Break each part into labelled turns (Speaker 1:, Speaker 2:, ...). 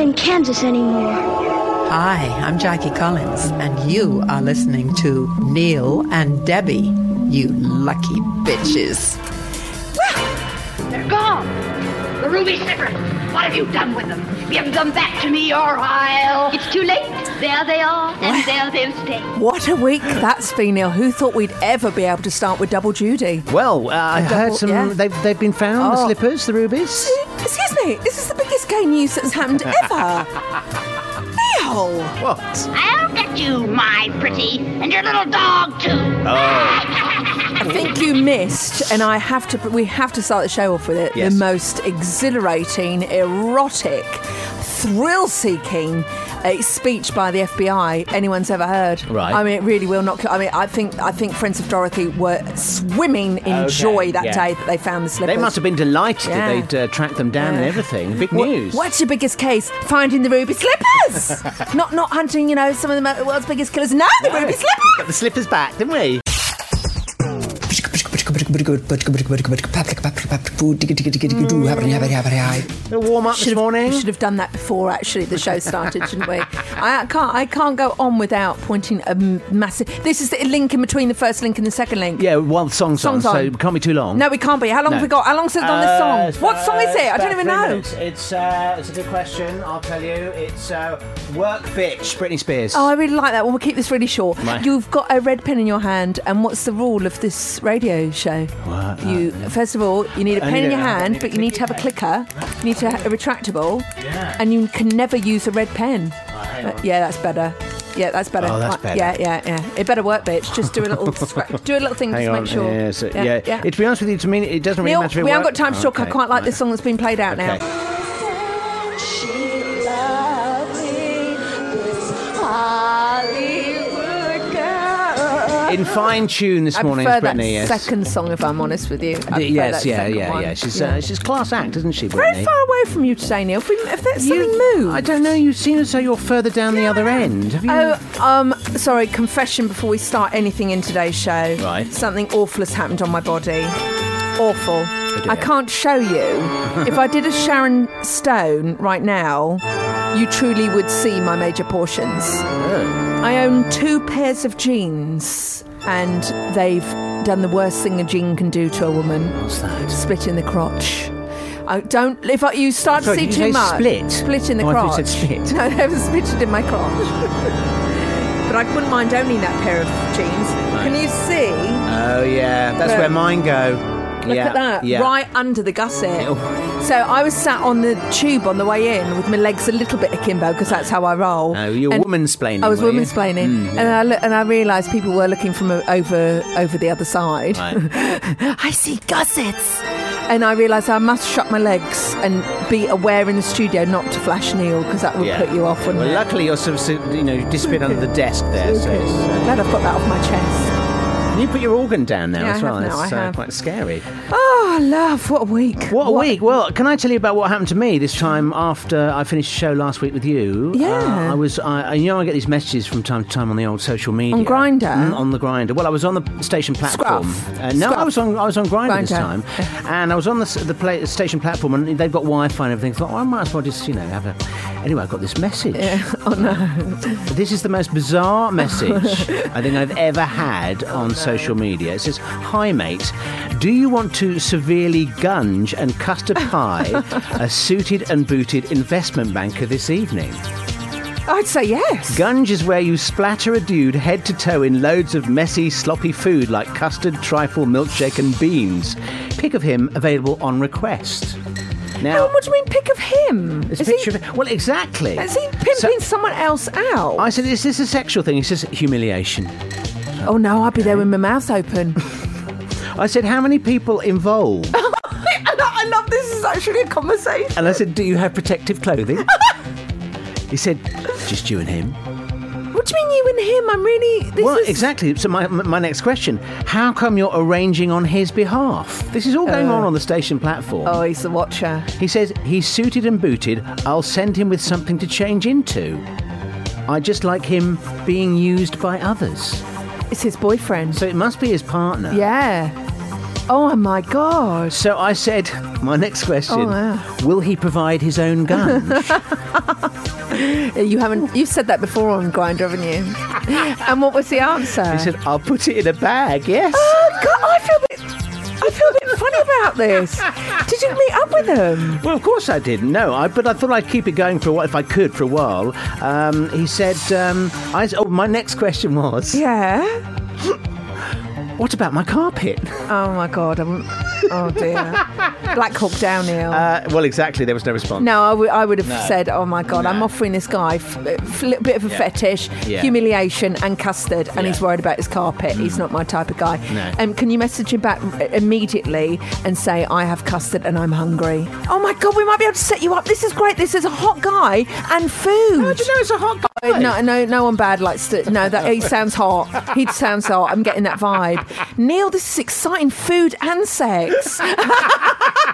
Speaker 1: in Kansas anymore.
Speaker 2: Hi, I'm Jackie Collins, and you are listening to Neil and Debbie, you lucky bitches.
Speaker 3: They're gone. The ruby slippers. What have you done with them? Give them back to me, or I'll.
Speaker 1: It's too late. There they are, and there they'll stay.
Speaker 4: What a week that's been, Neil. Who thought we'd ever be able to start with double duty?
Speaker 5: Well, uh, I
Speaker 4: double-
Speaker 5: heard some.
Speaker 4: yeah.
Speaker 5: They've they've been found the
Speaker 4: Oh.
Speaker 5: slippers, the rubies.
Speaker 4: Excuse me, this is the biggest gay news that's happened ever. Neil!
Speaker 5: What?
Speaker 3: I'll get you, my pretty, and your little dog too.
Speaker 4: I think you missed, and I have to. We have to start the show off with it.
Speaker 5: Yes.
Speaker 4: The most exhilarating, erotic, thrill-seeking uh, speech by the FBI anyone's ever heard.
Speaker 5: Right.
Speaker 4: I mean, it really will not. I mean, I think I think Friends of Dorothy were swimming in joy that
Speaker 5: yeah.
Speaker 4: day that they found the slippers.
Speaker 5: They must have been delighted
Speaker 4: Yeah.
Speaker 5: that they'd uh, tracked them down and
Speaker 4: Yeah.
Speaker 5: everything. Big
Speaker 4: What-
Speaker 5: news.
Speaker 4: What's your biggest case? Finding the ruby slippers. not not hunting. You know, some of the mo- world's biggest killers. No, the ruby slippers.
Speaker 5: Got the slippers back, didn't we? A warm up this
Speaker 4: Should've-
Speaker 5: morning.
Speaker 4: We should have done that before actually the show started, shouldn't we? I can't. I can't go on without pointing a m- massive. This is the link in between the first link and the second link.
Speaker 5: Yeah, well, the song's,
Speaker 4: Song's
Speaker 5: on,
Speaker 4: on.
Speaker 5: so can't be too long.
Speaker 4: No, we can't be. How long
Speaker 5: No.
Speaker 4: have we got? How long's it on
Speaker 5: Uh,
Speaker 4: this
Speaker 5: it's
Speaker 4: song? What
Speaker 5: about-
Speaker 4: song is it?
Speaker 5: it's
Speaker 4: I
Speaker 5: about
Speaker 4: don't even
Speaker 5: three
Speaker 4: know.
Speaker 5: minutes. It's uh, it's a good question. I'll tell you. It's uh, work bitch. Britney Spears.
Speaker 4: Oh, I really like that. Well, we'll keep this really short.
Speaker 5: Right.
Speaker 4: You've got a red pen in your hand, and what's the rule of this radio show?
Speaker 5: What? Uh,
Speaker 4: You first of all, you need a
Speaker 5: I
Speaker 4: pen
Speaker 5: need
Speaker 4: in
Speaker 5: a-
Speaker 4: your
Speaker 5: I
Speaker 4: hand,
Speaker 5: need
Speaker 4: but
Speaker 5: a
Speaker 4: you need to have a clicker. You need to have a retractable, and you can never use a red pen.
Speaker 5: Oh, hang
Speaker 4: Uh,
Speaker 5: on.
Speaker 4: yeah, that's better. Yeah, that's better.
Speaker 5: Oh, that's
Speaker 4: Uh,
Speaker 5: better.
Speaker 4: Yeah, yeah, yeah. It better work, bitch. Just do a little scratch. Do a little thing
Speaker 5: Hang
Speaker 4: just to
Speaker 5: on.
Speaker 4: make sure.
Speaker 5: Yeah, so- yeah. It, to be honest with you, to me, it doesn't really
Speaker 4: Neil,
Speaker 5: matter. if it
Speaker 4: we haven't got
Speaker 5: works.
Speaker 4: time to talk. I
Speaker 5: Okay,
Speaker 4: quite like
Speaker 5: right.
Speaker 4: this song that's been played out now.
Speaker 5: Okay. In fine tune this
Speaker 4: I
Speaker 5: morning,
Speaker 4: prefer
Speaker 5: it's Britney.
Speaker 4: that
Speaker 5: yes.
Speaker 4: second song, if I'm honest with you. I prefer
Speaker 5: yes,
Speaker 4: that
Speaker 5: yeah,
Speaker 4: second
Speaker 5: yeah,
Speaker 4: one.
Speaker 5: yeah. She's Uh, she's class act, isn't she, Britney?
Speaker 4: Very far away from you today, Neil. If, we, if that's something moved.
Speaker 5: I don't know. You seem as though you're further down the other end. Have you?
Speaker 4: Oh, um, sorry, confession before we start anything in today's show.
Speaker 5: Right.
Speaker 4: Something awful has happened on my body. Awful.
Speaker 5: Oh, dear.
Speaker 4: I can't show you. if I did a Sharon Stone right now, you truly would see my major portions. I own two pairs of jeans, and they've done the worst thing a jean can do to a woman. What's that? Split in the crotch. I don't. If I, you start
Speaker 5: Sorry,
Speaker 4: to see
Speaker 5: did you
Speaker 4: too
Speaker 5: say
Speaker 4: much,
Speaker 5: split?
Speaker 4: split in the
Speaker 5: Oh, I
Speaker 4: crotch.
Speaker 5: thought you said split.
Speaker 4: No, they was spitted in my crotch. but I wouldn't mind owning that pair of jeans. Can you see?
Speaker 5: Oh yeah, that's
Speaker 4: Look.
Speaker 5: where mine go.
Speaker 4: Look
Speaker 5: yeah,
Speaker 4: at that,
Speaker 5: Yeah. Oh.
Speaker 4: right under the gusset.
Speaker 5: Ew.
Speaker 4: So I was sat on the tube on the way in with my legs a little bit akimbo because that's how I roll.
Speaker 5: Oh, you're
Speaker 4: And
Speaker 5: womansplaining.
Speaker 4: I was
Speaker 5: were you? Mm,
Speaker 4: womansplaining, and I look, and I realised people were looking from o- over over the other side. I see gussets, and I realised I must shut my legs and be aware in the studio not to flash Neil because that would
Speaker 5: Yeah.
Speaker 4: put you off.
Speaker 5: Well,
Speaker 4: wouldn't it?
Speaker 5: luckily you're sort of, sort of, you know you disappeared under the desk there. So it's, uh,
Speaker 4: Glad I've got that off my chest.
Speaker 5: and you put your organ down now
Speaker 4: Yeah,
Speaker 5: as
Speaker 4: I have
Speaker 5: well.
Speaker 4: now,
Speaker 5: That's
Speaker 4: I
Speaker 5: uh,
Speaker 4: have.
Speaker 5: quite scary.
Speaker 4: Oh, love, what a week.
Speaker 5: What a week! Well, can I tell you about what happened to me this time after I finished the show last week with you?
Speaker 4: Yeah.
Speaker 5: Uh, I was. I, I- you know, I get these messages from time to time on the old social media.
Speaker 4: On Grindr?
Speaker 5: Mm, on the grinder. Well, I was on the station platform.
Speaker 4: Scruff.
Speaker 5: Uh, no, I
Speaker 4: Scruff.
Speaker 5: was on. I was on grinder this
Speaker 4: Grindr.
Speaker 5: time, and I was on the s- the play, station platform, and they've got Wi-Fi and everything. Thought, well, I might as well just you know have a. Anyway, I got this message.
Speaker 4: Oh, no.
Speaker 5: This is the most bizarre message I think I've ever had on social media. It says, Hi, mate. Do you want to severely gunge and custard pie a suited and booted investment banker this evening?
Speaker 4: I'd say yes.
Speaker 5: Gunge is where you splatter a dude head to toe in loads of messy, sloppy food like custard, trifle, milkshake, and beans. Pick of him available on request. Now,
Speaker 4: Helen, what do you mean pick of him?
Speaker 5: it's a
Speaker 4: Is
Speaker 5: picture
Speaker 4: he,
Speaker 5: of. Well, exactly.
Speaker 4: is he pimping
Speaker 5: So-
Speaker 4: someone else out?
Speaker 5: I said, is this a sexual thing? He says, humiliation.
Speaker 4: oh no, I'd be there with my mouth open.
Speaker 5: I said, how many people involved?
Speaker 4: And I I love this is actually a conversation.
Speaker 5: And I said, do you have protective clothing? he said, just you and him.
Speaker 4: What do you mean you and him? I'm really this
Speaker 5: well,
Speaker 4: is
Speaker 5: exactly. So my, my next question, how come you're arranging on his behalf? This is all
Speaker 4: Uh,
Speaker 5: going on on the station platform.
Speaker 4: Oh, he's the watcher.
Speaker 5: He says, he's suited and booted. I'll send him with something to change into. I just like him being used by others.
Speaker 4: It's his boyfriend.
Speaker 5: So it must be his partner.
Speaker 4: yeah. Oh my god.
Speaker 5: So I said, my next question:
Speaker 4: Oh, yeah.
Speaker 5: Will he provide his own gun?
Speaker 4: You haven't you've said that before on Grinder, haven't you? and what was the answer?
Speaker 5: he said, "I'll put it in a bag." Yes.
Speaker 4: oh god, I feel a bit I feel a bit funny about this. Did you meet up with him?
Speaker 5: Well, of course I didn't. No, I, but I thought I'd keep it going for a while, if I could, for a while. Um, he said, um, I, s- "Oh, my next question was,
Speaker 4: Yeah.
Speaker 5: what about my carpet?"
Speaker 4: Oh my god, I'm oh dear. Black Hawk Down here.
Speaker 5: Uh, well, exactly. There was no response.
Speaker 4: No, I would- I would have said, oh my God, I'm offering this guy a little bit of a fetish,
Speaker 5: Yeah.
Speaker 4: humiliation, and custard, and
Speaker 5: Yeah. Mm.
Speaker 4: he's worried about his carpet. He's not my type of guy.
Speaker 5: No.
Speaker 4: Um, can you message him back i- immediately and say, I have custard and I'm hungry? Oh my God, we might be able to set you up. This is great. This is a hot guy and food.
Speaker 5: How Oh, do you know it's a hot guy?
Speaker 4: No, no, no one bad likes to. No, that he sounds hot. He sounds hot. I'm getting that vibe. Neil, this is exciting. Food and sex.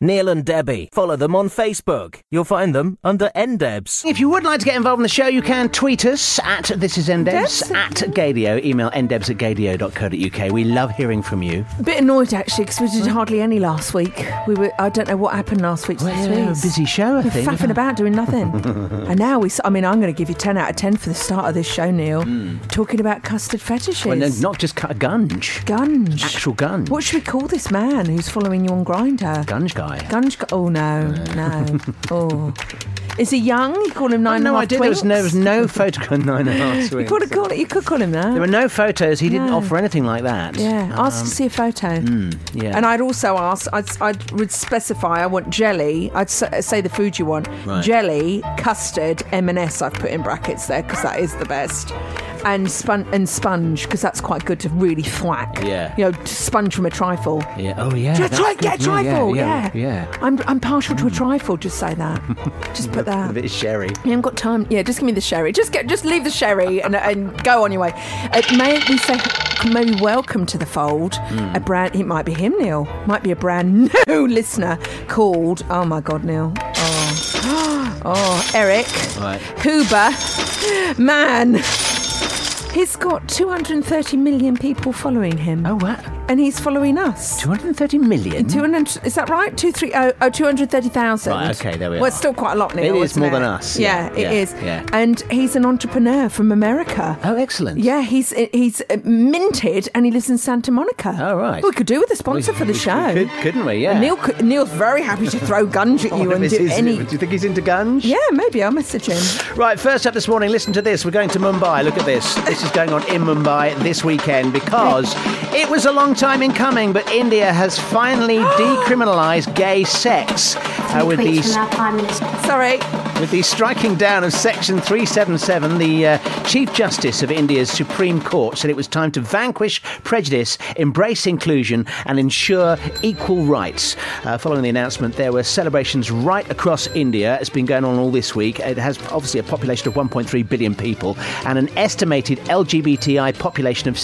Speaker 6: Neil and Debbie. Follow them on Facebook. You'll find them under NDebs.
Speaker 5: If you would like to get involved in the show, you can tweet us at this is ndebs, at gadio, email ndebs at gadio.co.uk. We love hearing from you.
Speaker 4: bit annoyed actually because we did hardly any last week. We were I don't know what happened last week. to this
Speaker 5: We're a
Speaker 4: week's.
Speaker 5: busy show, I
Speaker 4: We're
Speaker 5: think.
Speaker 4: faffing about doing nothing. and now we. s- I mean, I'm going to give you ten out of ten for the start of this show, Neil. Talking about custard fetishes.
Speaker 5: Hmm. Well, no, not just cut a gunge.
Speaker 4: Gunge.
Speaker 5: Actual gunge.
Speaker 4: What should we call this man who's following you on Grinder?
Speaker 5: Gunge guy.
Speaker 4: Gunge. gu- Oh no, no. oh, is he young? You call him nine and a
Speaker 5: Oh, no, I
Speaker 4: half
Speaker 5: did. There was no, there
Speaker 4: twinks?
Speaker 5: was no photograph. Nine and a half
Speaker 4: You
Speaker 5: swings.
Speaker 4: could call it. You could call him that.
Speaker 5: There were no photos. He didn't
Speaker 4: No.
Speaker 5: offer anything like that. Um,
Speaker 4: Yeah, ask to see a photo.
Speaker 5: hmm. yeah.
Speaker 4: And I'd also ask, I'd, I'd would specify, I want jelly. I'd s- say the food you want.
Speaker 5: Right.
Speaker 4: Jelly, custard, M&S I've put in brackets there because that is the best. And, spon- and sponge because that's quite good to really thwack.
Speaker 5: Yeah.
Speaker 4: You know, to sponge from a trifle.
Speaker 5: Yeah. Oh, yeah.
Speaker 4: That's,
Speaker 5: that's
Speaker 4: right,
Speaker 5: good.
Speaker 4: get a trifle,
Speaker 5: Yeah.
Speaker 4: yeah.
Speaker 5: yeah,
Speaker 4: I'm, I'm partial to a trifle, just say that. just put
Speaker 5: A
Speaker 4: that.
Speaker 5: bit of sherry.
Speaker 4: I haven't got time. Yeah, just give me the sherry. Just get, just leave the sherry and, and go on your way. Uh, may we say, may we welcome to the fold a
Speaker 5: Hmm.
Speaker 4: brand. It might be him, Neil. Might be a brand new listener called. Oh my God, Neil. Oh, oh, Eric.
Speaker 5: Right.
Speaker 4: Huber, man. He's got 230 million people following him,
Speaker 5: Oh, what?
Speaker 4: and he's following us.
Speaker 5: 230 million?
Speaker 4: 200, is that right? 230, oh, 230,000.
Speaker 5: Right, okay, there we
Speaker 4: Well,
Speaker 5: are.
Speaker 4: it's still quite a lot now.
Speaker 5: It is
Speaker 4: isn't
Speaker 5: more than us, yeah,
Speaker 4: Yeah,
Speaker 5: yeah,
Speaker 4: it is.
Speaker 5: yeah.
Speaker 4: And he's an entrepreneur from America.
Speaker 5: Oh, excellent.
Speaker 4: Yeah, he's he's uh, minted and he lives in Santa Monica.
Speaker 5: Oh, right.
Speaker 4: We could do with a sponsor for the
Speaker 5: We- we
Speaker 4: show.
Speaker 5: Could, couldn't we? Yeah.
Speaker 4: Neil could, Neil's very happy to throw guns at
Speaker 5: Oh,
Speaker 4: you and
Speaker 5: this
Speaker 4: do
Speaker 5: is-
Speaker 4: any.
Speaker 5: Do you think he's into guns?
Speaker 4: Yeah, maybe I'll message him.
Speaker 5: Right, first up this morning, listen to this. We're going to Mumbai. Look at this. This is going on in Mumbai this weekend because it was a long time in coming, but India has finally decriminalised gay sex uh, with
Speaker 1: Tweets
Speaker 5: these
Speaker 1: from our Prime Minister.
Speaker 4: Sorry.
Speaker 5: with the striking down of Section 377, the uh, Chief Justice of India's Supreme Court said it was time to vanquish prejudice, embrace inclusion, and ensure equal rights. Uh, following the announcement, there were celebrations right across India. It's been going on all this week. It has obviously a population of 1.3 billion people and an estimated LGBTI population of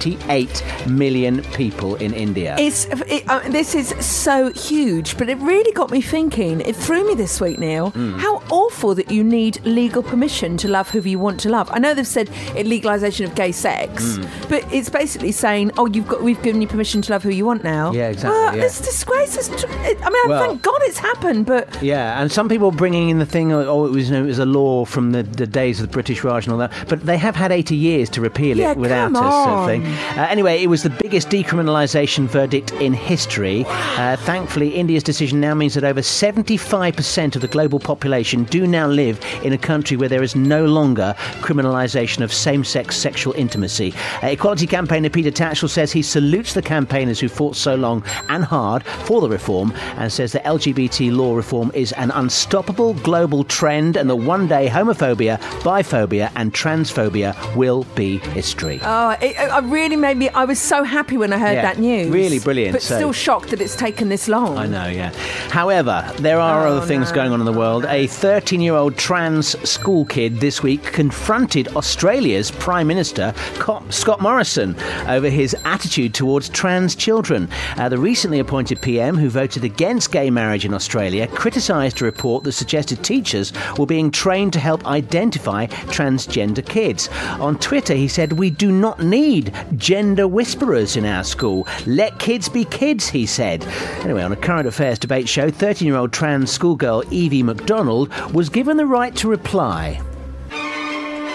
Speaker 5: 78 million people in India.
Speaker 4: It's it, uh, this is so huge, but it really got me thinking. It threw me this week, Neil.
Speaker 5: Hmm.
Speaker 4: How awful that you need legal permission to love who you want to love. I know they've said it legalization of gay sex,
Speaker 5: Hmm.
Speaker 4: but it's basically saying, oh, you've got we've given you permission to love who you want now.
Speaker 5: Yeah, exactly,
Speaker 4: Well,
Speaker 5: yeah.
Speaker 4: It's disgrace. It's tr- it, I mean,
Speaker 5: Well-
Speaker 4: thank God it's happened, but
Speaker 5: Yeah, and some people bringing in the thing, oh, oh, it was, you know, it was a law from the, the days of the British Raj and all that, but they have had 80 years to repeal
Speaker 4: Yeah,
Speaker 5: it without
Speaker 4: come
Speaker 5: us, sort of
Speaker 4: on.
Speaker 5: thing. Uh, anyway, it was the biggest decriminalisation verdict in history. Uh, thankfully, India's decision now means that over 75% of the global population do now live in a country where there is no longer criminalisation of same sex sexual intimacy. Uh, Equality campaigner Peter Tatchell says he salutes the campaigners who fought so long and hard for the reform and says that LGBT law reform is an unstoppable global trend and that one day homophobia, biphobia, and transphobia will be history.
Speaker 4: Oh, it, it really made me. I was so happy when I heard
Speaker 5: Yeah,
Speaker 4: that news.
Speaker 5: really brilliant,
Speaker 4: But
Speaker 5: so-
Speaker 4: Oh. still shocked that it's taken this long.
Speaker 5: I know, yeah. However, There are other things going on in the world. A 13 year old trans school kid this week confronted Australia's Prime Minister, Co- Scott Morrison, over his attitude towards trans children. Uh, the recently appointed PM, who voted against gay marriage in Australia, criticised a report that suggested teachers were being trained to help identify transgender kids. On Twitter, he said, We do not need gender whisperers in our school. Let kids be kids, he said. Anyway, on a current affairs debate show, 13 year old trans schoolgirl Evie McDonald was given the right to reply.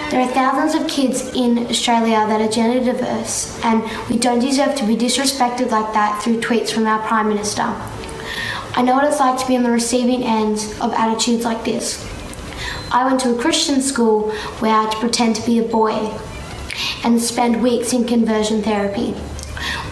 Speaker 7: There are thousands of kids in Australia that are gender diverse, and we don't deserve to be disrespected like that through tweets from our Prime Minister. I know what it's like to be on the receiving end of attitudes like this. I went to a Christian school where I had to pretend to be a boy and spend weeks in conversion therapy.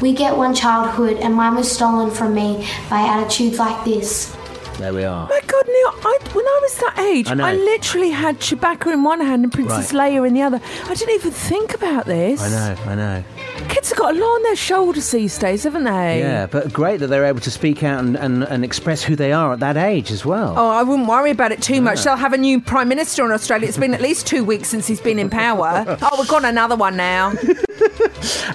Speaker 7: We get one childhood, and mine was stolen from me by attitudes like this.
Speaker 5: There we are.
Speaker 4: My God, Neil! I, when I was that age,
Speaker 5: I know.
Speaker 4: I, literally had Chewbacca in one hand and Princess Leia in the other. I didn't even think about this.
Speaker 5: I know, I know.
Speaker 4: Kids have got a lot on their shoulders these days, haven't they?
Speaker 5: Yeah, but great that they're able to speak out and, and, and express who they are at that age as well.
Speaker 4: Oh, I wouldn't worry about it too much. They'll have a new prime minister in Australia. It's been at least two weeks since he's been in power. Oh, we've got another one now.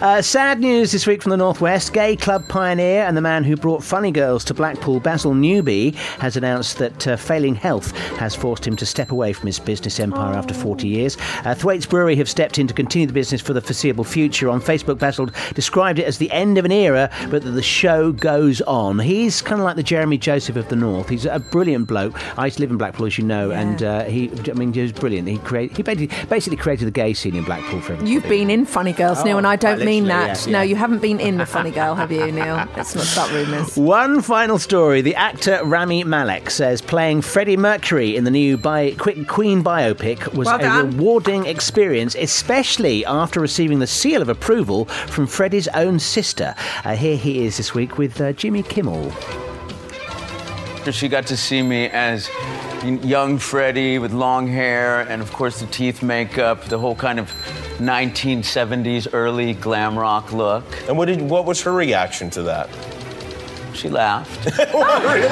Speaker 5: Uh, sad news this week from the Northwest. Gay club pioneer and the man who brought Funny Girls to Blackpool, Basil Newby, has announced that uh, failing health has forced him to step away from his business empire after 40 years. Uh, Thwaites Brewery have stepped in to continue the business for the foreseeable future. On Facebook, Basil described it as the end of an era, but that the show goes on. He's kind of like the Jeremy Joseph of the North. He's a brilliant bloke. I used to live in Blackpool, as you know, and uh, he, I mean, he was brilliant. He, create, he basically, basically created the gay scene in Blackpool for everybody.
Speaker 4: You've been in Funny Girls, Neil, and I don't
Speaker 5: quite
Speaker 4: mean
Speaker 5: Oh, literally,
Speaker 4: that.
Speaker 5: yeah,
Speaker 4: No,
Speaker 5: yeah.
Speaker 4: you haven't been in the Funny Girl, have you, Neil? Let's not start rumours.
Speaker 5: One final story. The actor Rami Malek says playing Freddie Mercury in the new bi- Quick Queen biopic was
Speaker 4: Well
Speaker 5: a
Speaker 4: done.
Speaker 5: rewarding experience, especially after receiving the seal of approval from Freddie's own sister. Uh, here he is this week with uh, Jimmy Kimmel.
Speaker 8: She got to see me as young Freddie with long hair and, of course, the teeth makeup, the whole kind of 1970s early glam rock look.
Speaker 9: And what did what was her reaction to that?
Speaker 8: She laughed.
Speaker 9: really?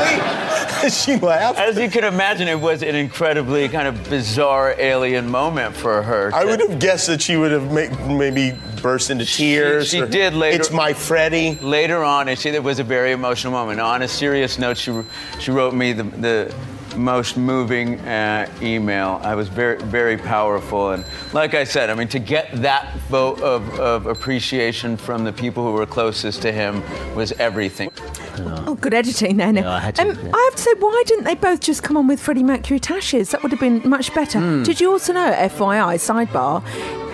Speaker 9: she laughed.
Speaker 8: As you can imagine, it was an incredibly kind of bizarre alien moment for her.
Speaker 9: I
Speaker 8: to-
Speaker 9: would have guessed that she would have ma- maybe burst into tears.
Speaker 8: she did later-
Speaker 9: It's my Freddie.
Speaker 8: later on, and she, it was a very emotional moment. On a serious note, she, she wrote me the, the most moving uh, email. I was very, very powerful. And like I said, I mean, to get that vote of, of appreciation from the people who were closest to him was everything.
Speaker 4: Oh, good editing there, Neil.
Speaker 5: Yeah, I had to,
Speaker 4: um,
Speaker 5: yeah.
Speaker 4: I have to say, why didn't they both just come on with Freddie Mercury Tashes? That would have been much better.
Speaker 5: Hmm.
Speaker 4: Did you also know, FYI, sidebar,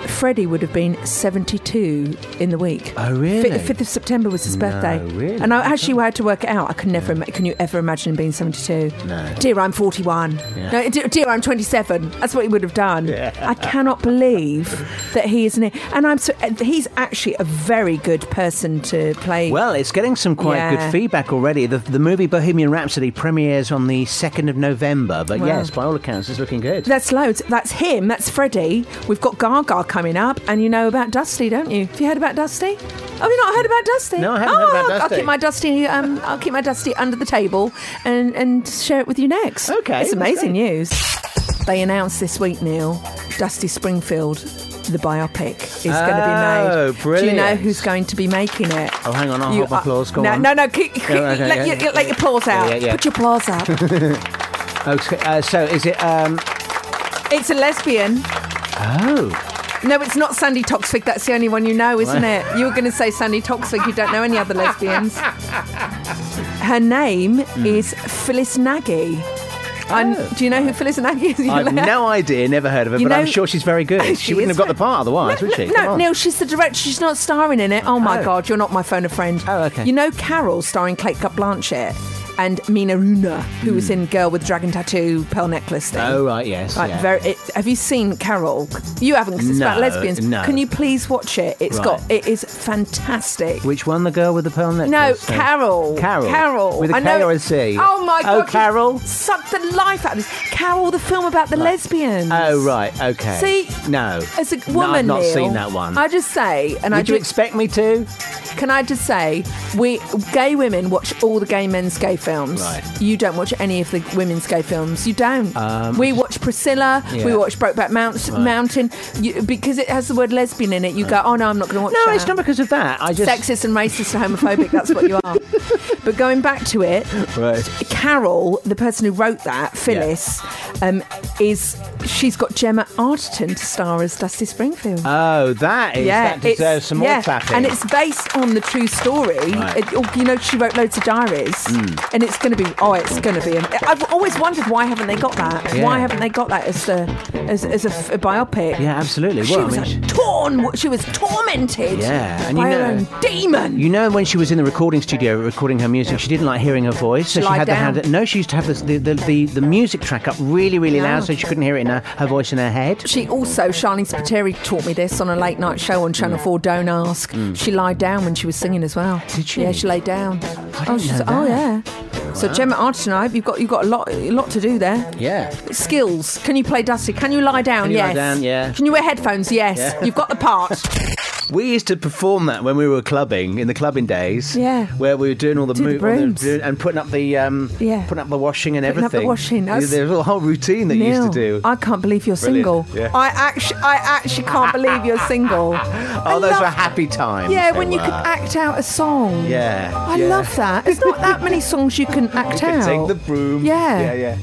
Speaker 4: Freddie would have been 72 in the week.
Speaker 5: Oh, really?
Speaker 4: Fi- 5th of September was his birthday.
Speaker 5: really? Oh.
Speaker 4: And I actually had to work it out. I could never, ima- can you ever imagine him being 72?
Speaker 5: No.
Speaker 4: Dear, I'm 41. No, dear, dear, I'm 27. That's what he would have done. I cannot believe that he isn't it. And I'm so, and he's actually a very good person to play.
Speaker 5: Well, it's getting some quite
Speaker 4: Yeah.
Speaker 5: good feedback already. The, the movie Bohemian Rhapsody premieres on the 2nd of November, but yes, by all accounts, it's looking good.
Speaker 4: That's loads. That's him. That's Freddie. We've got Gaga coming up, and you know about Dusty, don't you? Have you heard about Dusty? Have you not heard about Dusty?
Speaker 5: No, I haven't
Speaker 4: oh,
Speaker 5: heard about
Speaker 4: I'll- I'll
Speaker 5: Dusty.
Speaker 4: keep my Dusty. Um, I'll keep my Dusty under the table and and share it with you next.
Speaker 5: Okay,
Speaker 4: it's
Speaker 5: that's
Speaker 4: amazing news. They announced this week, Neil, Dusty Springfield, the biopic is going to be made.
Speaker 5: Oh,
Speaker 4: Do you know
Speaker 5: brilliant.
Speaker 4: who's going to be making it?
Speaker 5: Oh, hang on, I'll hold my
Speaker 4: are-
Speaker 5: applause, go
Speaker 4: no,
Speaker 5: on.
Speaker 4: no, no, keep, keep,
Speaker 5: Yeah, okay,
Speaker 4: let,
Speaker 5: yeah.
Speaker 4: your- let your applause out.
Speaker 5: yeah, yeah.
Speaker 4: Put your applause out.
Speaker 5: Okay, uh, so is it. Um,
Speaker 4: it's a lesbian.
Speaker 5: oh,
Speaker 4: No, it's not Sandy Toxvig. That's the only one you know, isn't it? You were going to say Sandy Toxvig. You don't know any other lesbians. Her name
Speaker 5: Hmm.
Speaker 4: is Phyllis Nagy. And do you know who Phyllis Nagy is? You
Speaker 5: Oh, I've
Speaker 4: laugh.
Speaker 5: no idea, never heard of her,
Speaker 4: You
Speaker 5: but I'm
Speaker 4: know-
Speaker 5: sure she's very good. She, wouldn't
Speaker 4: is
Speaker 5: have got the
Speaker 4: very-
Speaker 5: part otherwise,
Speaker 4: no,
Speaker 5: would she?
Speaker 4: No,
Speaker 5: Come
Speaker 4: no
Speaker 5: on.
Speaker 4: Neil, she's the director. She's not starring in it. Oh my
Speaker 5: Oh.
Speaker 4: God, you're not my phone a friend.
Speaker 5: Oh, okay.
Speaker 4: You know Carol, starring Kate Blanchett and Mina Runa, who was in Girl with Dragon Tattoo, Pearl Necklace thing.
Speaker 5: Hmm. Oh right, yes.
Speaker 4: Like
Speaker 5: yeah.
Speaker 4: very, it, have you seen Carol? You haven't because it's about
Speaker 5: No,
Speaker 4: lesbians.
Speaker 5: no.
Speaker 4: Can you please watch it? It's
Speaker 5: Right.
Speaker 4: got. It is fantastic.
Speaker 5: Which one? The girl with the pearl
Speaker 4: no,
Speaker 5: necklace?
Speaker 4: Carol.
Speaker 5: Carol.
Speaker 4: Carol.
Speaker 5: With a
Speaker 4: I know
Speaker 5: K
Speaker 4: it-
Speaker 5: or a C?
Speaker 4: Oh my
Speaker 5: Oh,
Speaker 4: god. you
Speaker 5: Carol.
Speaker 4: Sucked the life out of this. Carol, the film about the lesbians.
Speaker 5: Oh right, okay.
Speaker 4: See,
Speaker 5: no.
Speaker 4: As a
Speaker 5: no,
Speaker 4: woman,
Speaker 5: I've not
Speaker 4: Neil,
Speaker 5: seen that one.
Speaker 4: I just say, and I
Speaker 5: Would you
Speaker 4: just,
Speaker 5: expect me to?
Speaker 4: can I just say, we gay women watch all the gay men's gay films.
Speaker 5: Right. Um,
Speaker 4: You don't watch any of the women's gay films. You don't. we watch Priscilla. We
Speaker 5: Yeah.
Speaker 4: watch Brokeback Mount- Mountain you, because it has the word lesbian in it. You go, oh no, I'm not going to watch.
Speaker 5: No,
Speaker 4: that.
Speaker 5: it's not because of that. I just
Speaker 4: Sexist and racist and homophobic, that's what you are. but going back to it,
Speaker 5: Right.
Speaker 4: Carol, the person who wrote that, Phyllis, um, is she's got Gemma Arterton to star as Dusty Springfield.
Speaker 5: Oh, that is that
Speaker 4: it's-
Speaker 5: deserves some more
Speaker 4: yeah,
Speaker 5: clapping.
Speaker 4: And it's based on the true story.
Speaker 5: Right. Mm.
Speaker 4: It- oh, you know, she wrote loads of diaries, and it's going to be oh, it's going to be. I've always wondered why haven't they got that?
Speaker 5: Yeah.
Speaker 4: Why haven't they got that as the as, as a, f- a biopic?
Speaker 5: yeah, absolutely.
Speaker 4: She
Speaker 5: Well,
Speaker 4: was
Speaker 5: I mean,
Speaker 4: like, torn. She was tormented.
Speaker 5: Yeah, and you
Speaker 4: by her
Speaker 5: know-
Speaker 4: own demon.
Speaker 5: You know when she was in the recording studio recording her music, she didn't like hearing her voice, so she
Speaker 4: lie
Speaker 5: had
Speaker 4: down.
Speaker 5: the hand. No, she used to have this, the, the, the the music track up really really
Speaker 4: Yeah.
Speaker 5: loud, so she couldn't hear it in her, her voice in her head.
Speaker 4: She also, Charlene Spiteri taught me this on a late night show on
Speaker 5: Mm.
Speaker 4: Channel 4, Don't Ask. She lied down when she was singing as well.
Speaker 5: Did she?
Speaker 4: Yeah, she laid down. oh,
Speaker 5: didn't
Speaker 4: she's,
Speaker 5: know
Speaker 4: oh, yeah.
Speaker 5: that.
Speaker 4: So Gemma Arterton, I hope you've got you've got a lot a lot to do there.
Speaker 5: Yeah.
Speaker 4: Skills. Can you play Dusty? Can you lie down?
Speaker 5: Can you lie
Speaker 4: yes.
Speaker 5: down? Yeah.
Speaker 4: Can you wear headphones? Yes.
Speaker 5: Yeah.
Speaker 4: You've got the part.
Speaker 5: We used to perform that when we were clubbing in the clubbing days.
Speaker 4: Yeah.
Speaker 5: Where we were doing all the
Speaker 4: Do the
Speaker 5: move all the-
Speaker 4: brooms.
Speaker 5: doing- and putting up the um
Speaker 4: Yeah.
Speaker 5: putting up the washing and
Speaker 4: Putting up the
Speaker 5: everything.
Speaker 4: washing, that's-
Speaker 5: There's a whole routine that you used to do.
Speaker 4: Neil, I can't believe you're
Speaker 5: Brilliant.
Speaker 4: single.
Speaker 5: Yeah.
Speaker 4: I actually I actually can't believe you're single.
Speaker 5: oh, those were happy times.
Speaker 4: Yeah,
Speaker 5: They
Speaker 4: when you
Speaker 5: were.
Speaker 4: could act out a song.
Speaker 5: Yeah,
Speaker 4: I
Speaker 5: yeah.
Speaker 4: love that. It's not that many songs you can act
Speaker 5: could
Speaker 4: out.
Speaker 5: take the broom.
Speaker 4: Yeah.
Speaker 5: Yeah, yeah.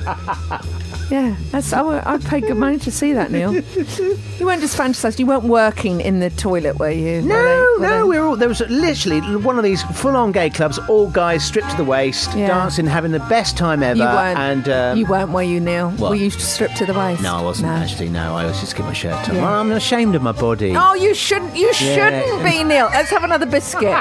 Speaker 4: Yeah. Yeah, that's. I, would- I'd pay good money to see that, Neil. You weren't just fantasizing. You weren't working in the toilet, were you? Were
Speaker 5: No,
Speaker 4: they- were
Speaker 5: no,
Speaker 4: they-
Speaker 5: we were all there was literally one of these full-on gay clubs, all guys stripped to the waist,
Speaker 4: Yeah.
Speaker 5: dancing, having the best time ever.
Speaker 4: You weren't.
Speaker 5: And um,
Speaker 4: you weren't, were you, Neil?
Speaker 5: What?
Speaker 4: Were you stripped to the waist?
Speaker 5: no, I wasn't
Speaker 4: No.
Speaker 5: actually. No, I was just getting my shirt off.
Speaker 4: Yeah.
Speaker 5: Well, I'm ashamed of my body.
Speaker 4: Oh, you shouldn't. You shouldn't be, Neil. Let's have another biscuit.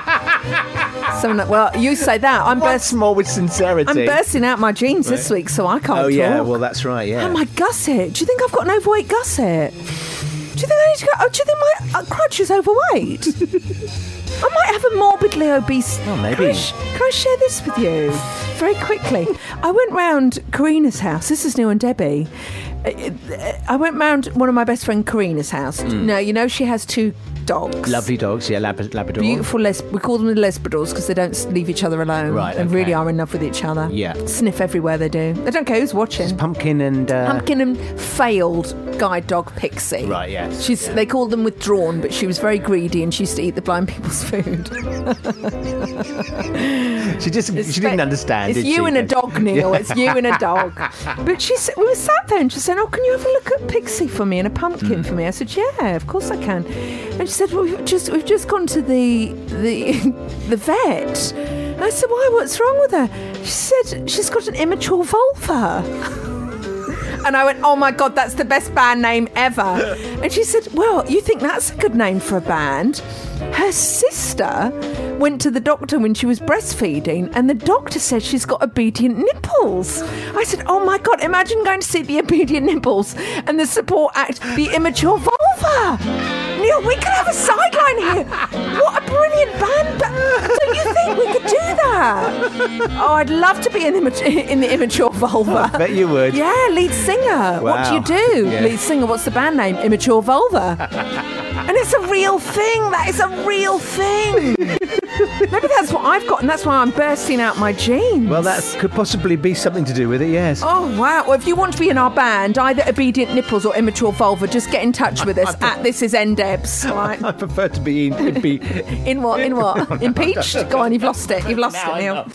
Speaker 4: Some, well, you say that. I'm
Speaker 5: Once
Speaker 4: bursting.
Speaker 5: more with sincerity.
Speaker 4: I'm bursting out my jeans this week, so I can't.
Speaker 5: Oh
Speaker 4: talk.
Speaker 5: yeah, well that's right. Yeah.
Speaker 4: Oh my gusset! Do you think I've got an overweight gusset? Do you think I need to go? Oh, do you think my uh, crutch is overweight? I might have a morbidly obese.
Speaker 5: Well, maybe.
Speaker 4: Can I, sh- can I share this with you very quickly? I went round Karina's house. This is Neil and Debbie. Uh, uh, I went round one of my best friend Karina's house.
Speaker 5: Hmm.
Speaker 4: No, you know she has two dogs.
Speaker 5: Lovely dogs. Yeah, Lab- Labrador.
Speaker 4: Beautiful les- we call them the Lesbadors because they don't s- leave each other alone.
Speaker 5: Right,
Speaker 4: They
Speaker 5: okay.
Speaker 4: really are in love with each other.
Speaker 5: Yeah.
Speaker 4: Sniff everywhere they do. They don't care who's watching.
Speaker 5: Pumpkin and. Uh,
Speaker 4: Pumpkin and failed guide dog Pixie.
Speaker 5: Right, yes,
Speaker 4: She's they called them withdrawn, but she was very greedy and she used to eat the blind people's food.
Speaker 5: She just. she didn't understand.
Speaker 4: It's
Speaker 5: did
Speaker 4: you
Speaker 5: she?
Speaker 4: and a dog, Neil. It's you and a dog. But she said, we were sat there and she said, "Oh, can you have a look at Pixie for me and a
Speaker 5: Hmm.
Speaker 4: pumpkin for me?" I said, "Yeah, of course I can." And she said, well, "We've just we've just gone to the the the vet." And I said, "Why? What's wrong with her?" She said, "She's got an immature vulva." And I went, oh my God, that's the best band name ever. and she said, well, you think that's a good name for a band? Her sister went to the doctor when she was breastfeeding, and the doctor said she's got obedient nipples. I said, oh my God, imagine going to see the obedient nipples and the support act, the immature vulva. Neil, we could have a sideline here. What a brilliant band. ba- Don't you think we could do that? Oh, I'd love to be in the, immature- in the immature vulva.
Speaker 5: Bet you would.
Speaker 4: Yeah, lead singer. What do
Speaker 5: Wow.
Speaker 4: you do?
Speaker 5: Yeah.
Speaker 4: Lead singer, what's the band name? Immature Vulva. and it's a real thing. That is a real thing. Maybe that's what I've got, and that's why I'm bursting out my jeans.
Speaker 5: Well, that could possibly be something to do with it. Yes.
Speaker 4: Oh wow! Well, if you want to be in our band, either obedient nipples or immature vulva, just get in touch with us at this is ndebs. all Right?
Speaker 5: I prefer to be in. it'd be
Speaker 4: In what? In what? Impeached? Go on, you've lost it. You've lost it, Neil.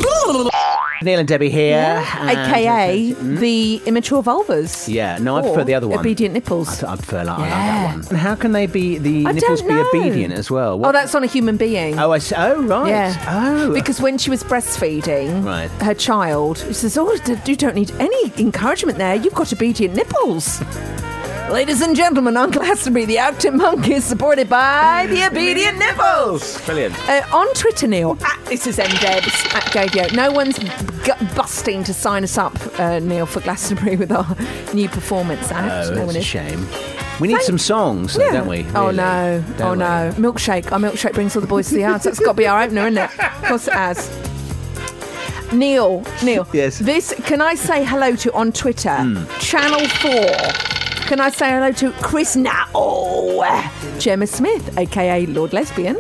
Speaker 5: Neil and Debbie here. and- uh,
Speaker 4: AKA the immature vulvas.
Speaker 5: Yeah, no, I prefer
Speaker 4: Or
Speaker 5: the other one.
Speaker 4: Obedient
Speaker 5: I,
Speaker 4: nipples.
Speaker 5: th- I prefer like, I
Speaker 4: Yeah.
Speaker 5: like that one. How can they be the
Speaker 4: I
Speaker 5: nipples
Speaker 4: don't know.
Speaker 5: be obedient as well?
Speaker 4: Oh,
Speaker 5: What-
Speaker 4: that's on a human being.
Speaker 5: oh, I see. Oh, right.
Speaker 4: Yeah.
Speaker 5: Oh,
Speaker 4: Because when she was breastfeeding
Speaker 5: Right.
Speaker 4: her child, she says, Oh, d- you don't need any encouragement there. You've got obedient nipples. Ladies and gentlemen, on Glastonbury, the Arctic Monk is supported by the Obedient Nipples.
Speaker 5: brilliant.
Speaker 4: Uh, on Twitter, Neil, at this is MDebs, at Gavio. No one's gu- busting to sign us up, uh, Neil, for Glastonbury with our new performance act.
Speaker 5: Oh,
Speaker 4: no one
Speaker 5: that's a
Speaker 4: is.
Speaker 5: shame. We need
Speaker 4: Thank-
Speaker 5: some songs, though,
Speaker 4: Yeah.
Speaker 5: don't we?
Speaker 4: Oh
Speaker 5: really?
Speaker 4: no!
Speaker 5: Don't
Speaker 4: oh
Speaker 5: we?
Speaker 4: no! Milkshake. Our milkshake brings all the boys to the yard. So that's got to be our opener, isn't it? Of course it has. Neil, Neil.
Speaker 5: Yes.
Speaker 4: This can I say hello to on Twitter?
Speaker 5: Hmm.
Speaker 4: Channel Four. Can I say hello to Chris Now, Gemma Smith, aka Lord Lesbian,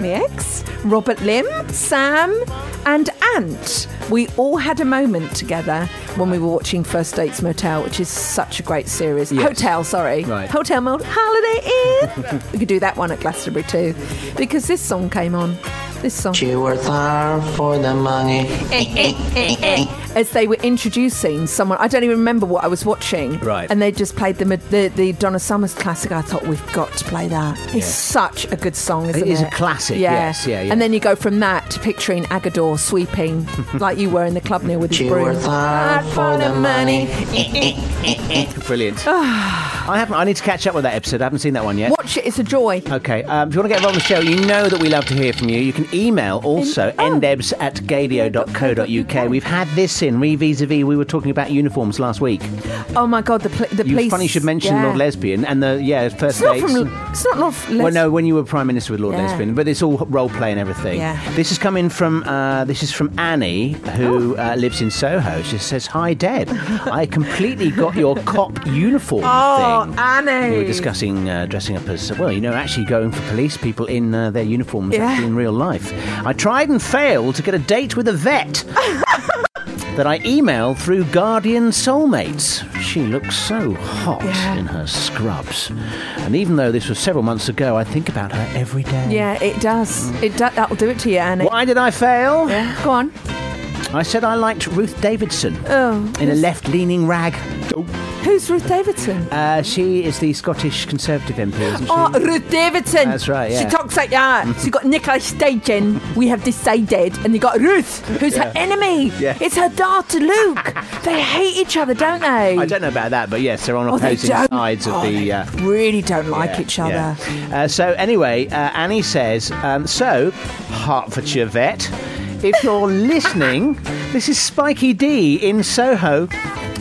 Speaker 4: my ex, Robert Lim, Sam, and Ant. We all had a moment together when we were watching First Dates Motel, which is such a great series.
Speaker 5: Yes.
Speaker 4: Hotel, sorry.
Speaker 5: Right.
Speaker 4: Hotel Motel, Holiday Inn. we could do that one at Glastonbury too, because this song came on. This song.
Speaker 10: You were there for the money.
Speaker 4: as they were introducing someone. I don't even remember what I was watching.
Speaker 5: Right.
Speaker 4: And they just played the the, the Donna Summers classic. I thought we've got to play that. It's such a good song, isn't it?
Speaker 5: is a classic, yes, yeah, yeah.
Speaker 4: And then you go from that to picturing Agador sweeping like you were in the club near with his
Speaker 10: You were
Speaker 4: broom.
Speaker 10: there for the money.
Speaker 5: Brilliant. I haven't. I need to catch up with that episode. I haven't seen that one yet.
Speaker 4: Watch it. It's a joy.
Speaker 5: Okay, um, if you want to get involved in the show, you know that we love to hear from you. You can email also
Speaker 4: oh.
Speaker 5: ndebs at gadio.co.uk. We've had this in re vis a vis. We were talking about uniforms last week.
Speaker 4: Oh my god, the, pl- the
Speaker 5: You
Speaker 4: police.
Speaker 5: funny you should mention
Speaker 4: yeah.
Speaker 5: Lord Lesbian and the yeah
Speaker 4: It's
Speaker 5: first
Speaker 4: not
Speaker 5: dates.
Speaker 4: from. It's not Lord Lesbian.
Speaker 5: Well, no, when you were prime minister with Lord
Speaker 4: Yeah.
Speaker 5: Lesbian, but it's all role play and everything.
Speaker 4: Yeah.
Speaker 5: This is coming from uh, this is from Annie, who
Speaker 4: Oh.
Speaker 5: uh, lives in Soho. She says, "Hi, Deb. I completely got your cop uniform
Speaker 4: Oh,
Speaker 5: thing.
Speaker 4: Annie.
Speaker 5: We were discussing uh, dressing up as well, you know, actually going for police people in uh, their uniforms
Speaker 4: Yeah.
Speaker 5: actually in real life. I tried and failed to get a date with a vet." That I emailed through Guardian Soulmates. She looks so hot
Speaker 4: Yeah.
Speaker 5: in her scrubs. And even though this was several months ago, I think about her every day.
Speaker 4: Yeah, it does. It do- that'll do it to you, Annie.
Speaker 5: Why did I fail?
Speaker 4: Yeah. Go on.
Speaker 5: I said I liked Ruth Davidson
Speaker 4: Oh,
Speaker 5: in a left leaning rag.
Speaker 4: who's Ruth Davidson?
Speaker 5: Uh, she is the Scottish Conservative MP, isn't she?
Speaker 4: Oh, Ruth Davidson.
Speaker 5: That's right, yeah.
Speaker 4: She talks like that. She got Nicola Sturgeon. We have decided, and you got Ruth, who's her enemy.
Speaker 5: Yeah.
Speaker 4: It's her daughter Luke. they hate each other, don't they?
Speaker 5: I don't know about that, but yes, they're on
Speaker 4: Oh, they
Speaker 5: opposing
Speaker 4: don't.
Speaker 5: sides of
Speaker 4: Oh,
Speaker 5: the.
Speaker 4: they
Speaker 5: Uh,
Speaker 4: really don't like
Speaker 5: yeah,
Speaker 4: each other.
Speaker 5: yeah. Uh, so, anyway, uh, Annie says um, So, Hertfordshire vet, if you're listening, this is Spiky D in Soho.